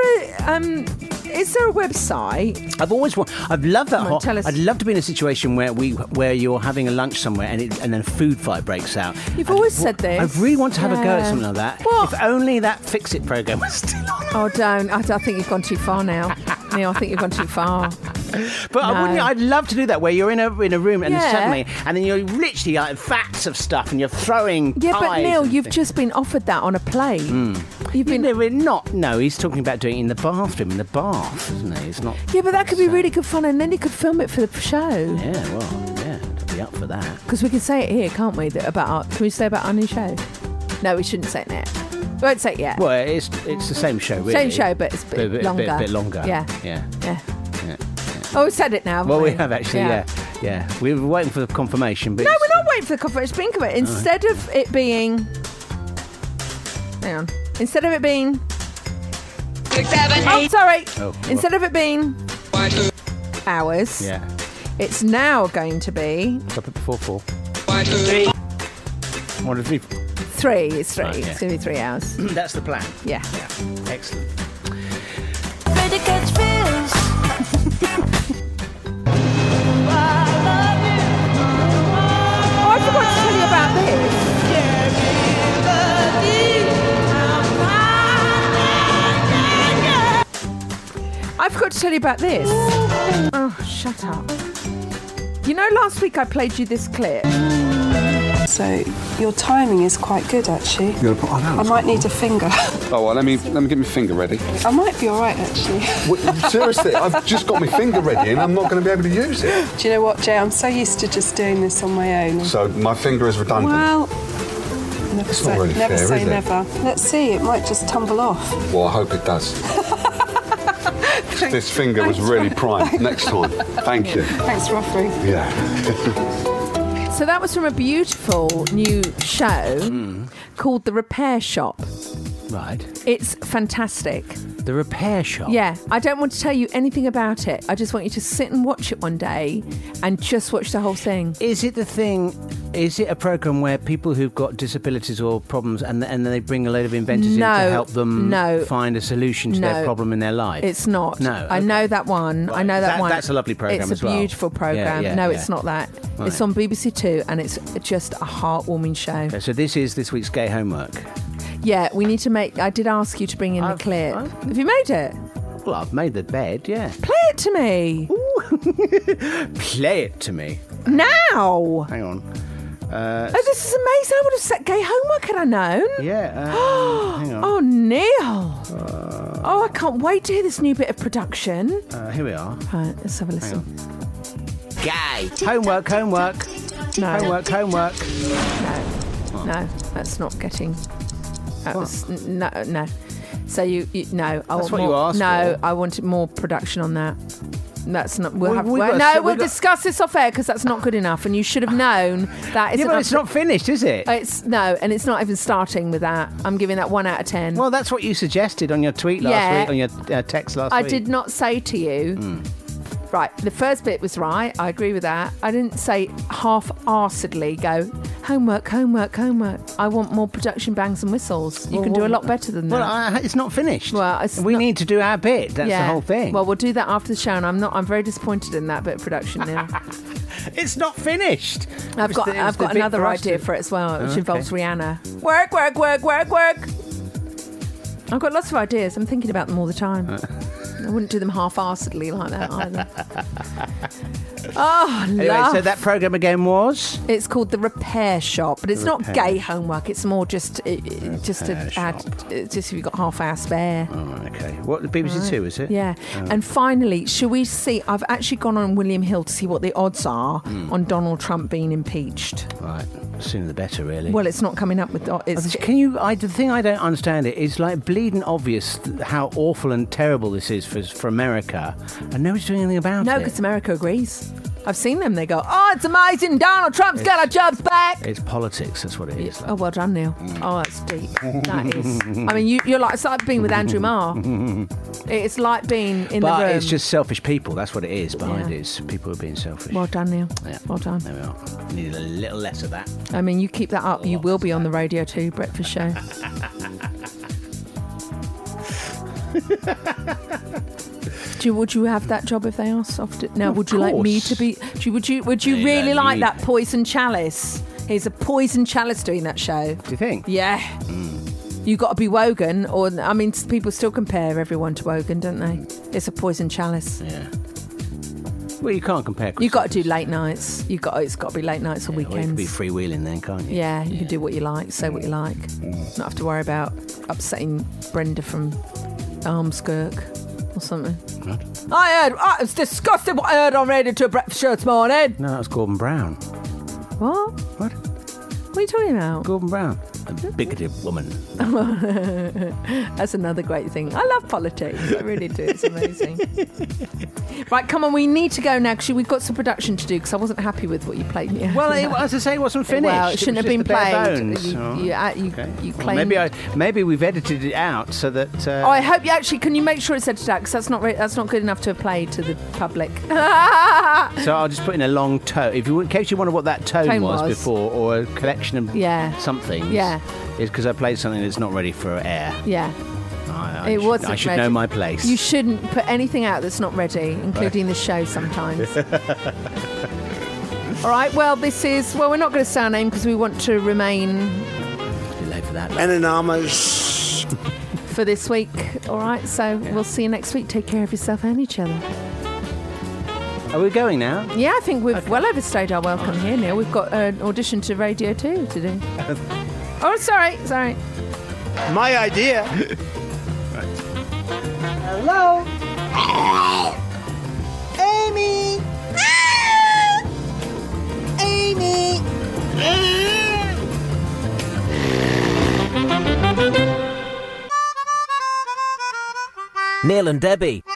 Speaker 4: a um, is there a website?
Speaker 5: I've always want. I've loved that.
Speaker 4: Come on,
Speaker 5: hot,
Speaker 4: tell us.
Speaker 5: I'd love to be in a situation where we where you're having a lunch somewhere and it, and then a food fight breaks out.
Speaker 4: You've always said this.
Speaker 5: I really want to have a go at
Speaker 4: Yeah.
Speaker 5: something like that.
Speaker 4: What?
Speaker 5: If only that Fix It program was still on.
Speaker 4: Oh, don't. I, I think you've gone too far now. Neil, I think you've gone too far.
Speaker 5: But I
Speaker 4: No.
Speaker 5: wouldn't. I'd love to do that where you're in a in a room and
Speaker 4: Yeah.
Speaker 5: suddenly and then you're literally like vats of stuff and you're throwing.
Speaker 4: Yeah, but
Speaker 5: pies
Speaker 4: Neil,
Speaker 5: and
Speaker 4: you've
Speaker 5: things.
Speaker 4: just been offered that on a plate.
Speaker 5: Hmm.
Speaker 4: You've been.
Speaker 5: No, we're not. No, he's talking about doing it in the bathroom, in the bath, isn't he? It's not.
Speaker 4: Yeah, but that could be really good fun, and then you could film it for the show.
Speaker 5: Yeah, well, yeah, to be up for that.
Speaker 4: Because we can say it here, can't we? That about our, can we say about our new show? No, we shouldn't say it now. We won't say it yet.
Speaker 5: Well, it's it's the same show, really.
Speaker 4: Same show, but it's a bit
Speaker 5: A
Speaker 4: longer.
Speaker 5: bit, longer.
Speaker 4: Yeah.
Speaker 5: Yeah.
Speaker 4: Yeah.
Speaker 5: yeah.
Speaker 4: Oh, we said it now. haven't
Speaker 5: Well, we have actually, yeah. yeah, We were waiting for the confirmation, but
Speaker 4: No,
Speaker 5: it's-
Speaker 4: we're not waiting for the conference. Think of it. Instead of it being, hang on. Instead of it being six, seven, eight. Oh, sorry.
Speaker 5: Oh, well.
Speaker 4: Instead of it being hours,
Speaker 5: yeah.
Speaker 4: it's now going to be
Speaker 5: Stop it before four.
Speaker 4: One, two, three.
Speaker 5: One, two, three.
Speaker 4: three. It's three.
Speaker 5: Right, yeah.
Speaker 4: It's going to be three hours.
Speaker 5: That's the plan.
Speaker 4: Yeah.
Speaker 5: Excellent.
Speaker 24: Ready to catch fish.
Speaker 4: Oh, I forgot to tell you about this. I forgot to tell you about this. Oh, shut up. You know, last week I played you this clip.
Speaker 3: So your timing is quite good actually.
Speaker 9: You gotta put- oh, no,
Speaker 3: I
Speaker 9: it's
Speaker 3: might need a finger.
Speaker 9: Oh well, let me let me get my finger ready.
Speaker 3: I might be all right actually.
Speaker 9: Wait, seriously, I've just got my finger ready and I'm not going to be able to use it.
Speaker 3: Do you know what, Jay? I'm so used to just doing this on my own.
Speaker 9: So my finger is redundant.
Speaker 3: well, never
Speaker 9: It's not
Speaker 3: say,
Speaker 9: really
Speaker 3: never
Speaker 9: fair,
Speaker 3: say
Speaker 9: is it?
Speaker 3: never. Let's see. It might just tumble off.
Speaker 9: Well, I hope it does. this finger was really prime. Next time, thank you.
Speaker 3: Thanks for offering.
Speaker 9: Yeah.
Speaker 4: So that was from a beautiful new show called The Repair Shop.
Speaker 5: Right.
Speaker 4: It's fantastic.
Speaker 5: The repair shop.
Speaker 4: Yeah, I don't want to tell you anything about it. I just want you to sit and watch it one day and just watch the whole thing.
Speaker 5: Is it the thing? Is it a program where people who've got disabilities or problems, and and then they bring a load of inventors in
Speaker 4: No,
Speaker 5: to help them
Speaker 4: no.
Speaker 5: find a solution to
Speaker 4: No.
Speaker 5: their problem in their life?
Speaker 4: It's not.
Speaker 5: No,
Speaker 4: I
Speaker 5: okay.
Speaker 4: know that one. I know that,
Speaker 5: That-
Speaker 4: one.
Speaker 5: that's a lovely programme
Speaker 4: It's a
Speaker 5: as well.
Speaker 4: beautiful program.
Speaker 5: Yeah, yeah,
Speaker 4: no,
Speaker 5: yeah.
Speaker 4: it's not that.
Speaker 5: Right.
Speaker 4: It's on BBC Two, and it's just a heartwarming show.
Speaker 5: Okay, so this is this week's gay homework.
Speaker 4: Yeah, we need to make. I did ask you to bring in the clip. Have you made it?
Speaker 5: Well, I've made the bed. Yeah.
Speaker 4: Play it to me
Speaker 5: Play it to me.
Speaker 4: now.
Speaker 5: Hang on. Uh,
Speaker 4: Oh, this is amazing! I would have set gay homework had I known.
Speaker 5: Yeah. um, hang on.
Speaker 4: oh, Neil. oh, I can't wait to hear this new bit of production.
Speaker 5: uh, here we are.
Speaker 4: Right, let's have a listen.
Speaker 5: Gay. Homework. Homework.
Speaker 4: No.
Speaker 5: Homework. Homework.
Speaker 4: No, no, that's not getting. That was, n- no, no. So you, you no. I
Speaker 5: That's
Speaker 4: want
Speaker 5: what
Speaker 4: more,
Speaker 5: you asked
Speaker 4: No, I wanted more production on that. That's not. We'll
Speaker 5: We-
Speaker 4: have.
Speaker 5: we've
Speaker 4: well,
Speaker 5: got-
Speaker 4: no,
Speaker 5: so we've
Speaker 4: we'll
Speaker 5: got-
Speaker 4: discuss this off air because that's not good enough, and you should have known that.
Speaker 5: Yeah,
Speaker 4: isn't
Speaker 5: but
Speaker 4: up
Speaker 5: it's
Speaker 4: to-
Speaker 5: not finished, is it?
Speaker 4: It's no, and it's not even starting with that. I'm giving that one out of ten.
Speaker 5: Well, that's what you suggested on your tweet last
Speaker 4: Yeah.
Speaker 5: week, on your uh, text last
Speaker 4: I
Speaker 5: week.
Speaker 4: did not say to you. Right, the first bit was right. I agree with that. I didn't say half arsedly go, homework, homework, homework. I want more production bangs and whistles. You
Speaker 5: Well,
Speaker 4: can do a
Speaker 5: well,
Speaker 4: lot better than that.
Speaker 5: well, I- it's not finished.
Speaker 4: Well, it's
Speaker 5: We need to do our bit. That's
Speaker 4: yeah.
Speaker 5: the whole thing.
Speaker 4: Well, we'll do that after the show, and I'm not. I'm very disappointed in that bit of production now.
Speaker 5: it's not finished.
Speaker 4: I've
Speaker 5: was
Speaker 4: got.
Speaker 5: the- it was
Speaker 4: I've
Speaker 5: the
Speaker 4: got
Speaker 5: bit
Speaker 4: another
Speaker 5: for us
Speaker 4: idea
Speaker 5: to-
Speaker 4: for it as well, which
Speaker 5: Oh, okay.
Speaker 4: involves Rihanna. Work, work, work, work, work. I've got lots of ideas. I'm thinking about them all the time.
Speaker 5: Uh.
Speaker 4: I wouldn't do them half-heartedly like that either. Oh,
Speaker 5: anyway, so
Speaker 4: love.
Speaker 5: that program again was
Speaker 4: It's called the Repair Shop, but it's
Speaker 5: The
Speaker 4: not
Speaker 5: Repair
Speaker 4: gay homework. It's more just it, it- just to
Speaker 5: Repair
Speaker 4: add, it's just if you've got half hour spare.
Speaker 5: Oh, okay. What the BBC
Speaker 4: Right.
Speaker 5: Two is it?
Speaker 4: Yeah.
Speaker 5: Oh.
Speaker 4: And finally, shall we see? I've actually gone on William Hill to see what the odds are
Speaker 5: Mm.
Speaker 4: on Donald Trump being impeached.
Speaker 5: right, sooner the better, really.
Speaker 4: Well, it's not coming up with. the-
Speaker 5: Oh,
Speaker 4: It's,
Speaker 5: this- can you? I, the thing I don't understand it is like bleeding obvious th- how awful and terrible this is for for America, and nobody's doing anything about
Speaker 4: no,
Speaker 5: it.
Speaker 4: because America agrees. I've seen them. They go, "Oh, it's amazing! Donald Trump's got our jobs back."
Speaker 5: It's politics. That's what it is.
Speaker 4: Oh, well done, Neil.
Speaker 5: Mm.
Speaker 4: Oh, that's deep. That is. I mean, you, you're like it's like being with Andrew Marr. It's like being in
Speaker 5: but
Speaker 4: the room.
Speaker 5: it's just selfish people. That's what it is behind
Speaker 4: Yeah.
Speaker 5: it. Is people are being selfish.
Speaker 4: Well done, Neil.
Speaker 5: Yeah.
Speaker 4: Well done.
Speaker 5: There we are. Needed a little less of that.
Speaker 4: I mean, you keep that up, you will be on the Radio 2 breakfast show. Do you, would you have that job if they asked after? Now,
Speaker 5: Of
Speaker 4: would you like me to be? Do you, would you? Would you
Speaker 5: Yeah,
Speaker 4: really
Speaker 5: you
Speaker 4: like
Speaker 5: need-
Speaker 4: that poison chalice? Here's a poison chalice doing that show. Do
Speaker 5: you think?
Speaker 4: Yeah.
Speaker 5: Mm.
Speaker 4: You got to be Wogan, or I mean, s- people still compare everyone to Wogan, don't
Speaker 5: Mm.
Speaker 4: they? It's a poison chalice.
Speaker 5: Yeah. Well, you can't compare.
Speaker 4: You got to do late nights. You got it's got to be late nights or
Speaker 5: Well, you can
Speaker 4: weekends.
Speaker 5: be freewheeling then, can't you?
Speaker 4: Yeah, you can do what you like, say what you
Speaker 5: Mm.
Speaker 4: like. Not have to worry about upsetting Brenda from Armskirk or something. I heard, I was disgusted what I heard on Radio 2 Breakfast Show this morning.
Speaker 5: No, that was Gordon Brown.
Speaker 4: What?
Speaker 5: What?
Speaker 4: What are you talking about?
Speaker 5: Gordon Brown. A bigoted woman.
Speaker 4: That's another great thing. I love politics. I really do. It's amazing. right, come on. We need to go now because we've got some production to do because I wasn't happy with what you played. Yeah.
Speaker 5: Well, it, as I say, it wasn't finished.
Speaker 4: Well,
Speaker 5: was
Speaker 4: it shouldn't have
Speaker 5: just
Speaker 4: been
Speaker 5: the bare
Speaker 4: played.
Speaker 5: bones.
Speaker 4: You-
Speaker 5: Oh,
Speaker 4: you- uh, you-
Speaker 5: okay.
Speaker 4: you
Speaker 5: Well,
Speaker 4: claimed-
Speaker 5: maybe I, maybe we've edited it out so that. Uh,
Speaker 4: Oh, I hope you actually can. You make sure it's edited out because that's not re- that's not good enough to play to the public.
Speaker 5: So I'll just put in a long tone. If you, in case you wonder what that tone,
Speaker 4: Tone was.
Speaker 5: before, or a collection of
Speaker 4: Yeah.
Speaker 5: something,
Speaker 4: Yeah.
Speaker 5: is because I played something that's not ready for air.
Speaker 4: yeah.
Speaker 5: I, I
Speaker 4: It
Speaker 5: should,
Speaker 4: wasn't
Speaker 5: I should
Speaker 4: ready.
Speaker 5: know my place.
Speaker 4: You shouldn't put anything out that's not ready, including the show sometimes. All right, well, this is, well, we're not going to say our name because we want to remain
Speaker 5: Too late for that.
Speaker 18: Anonymous.
Speaker 4: for this week. All right, so we'll see you next week. Take care of yourself and each other.
Speaker 5: Are we going now?
Speaker 4: Yeah, I think we've well overstayed our welcome here, Neil. We've got an audition to Radio 2 to do. oh, sorry, sorry.
Speaker 18: My idea.
Speaker 2: Hello? Amy! Amy!
Speaker 10: Neil and Debbie.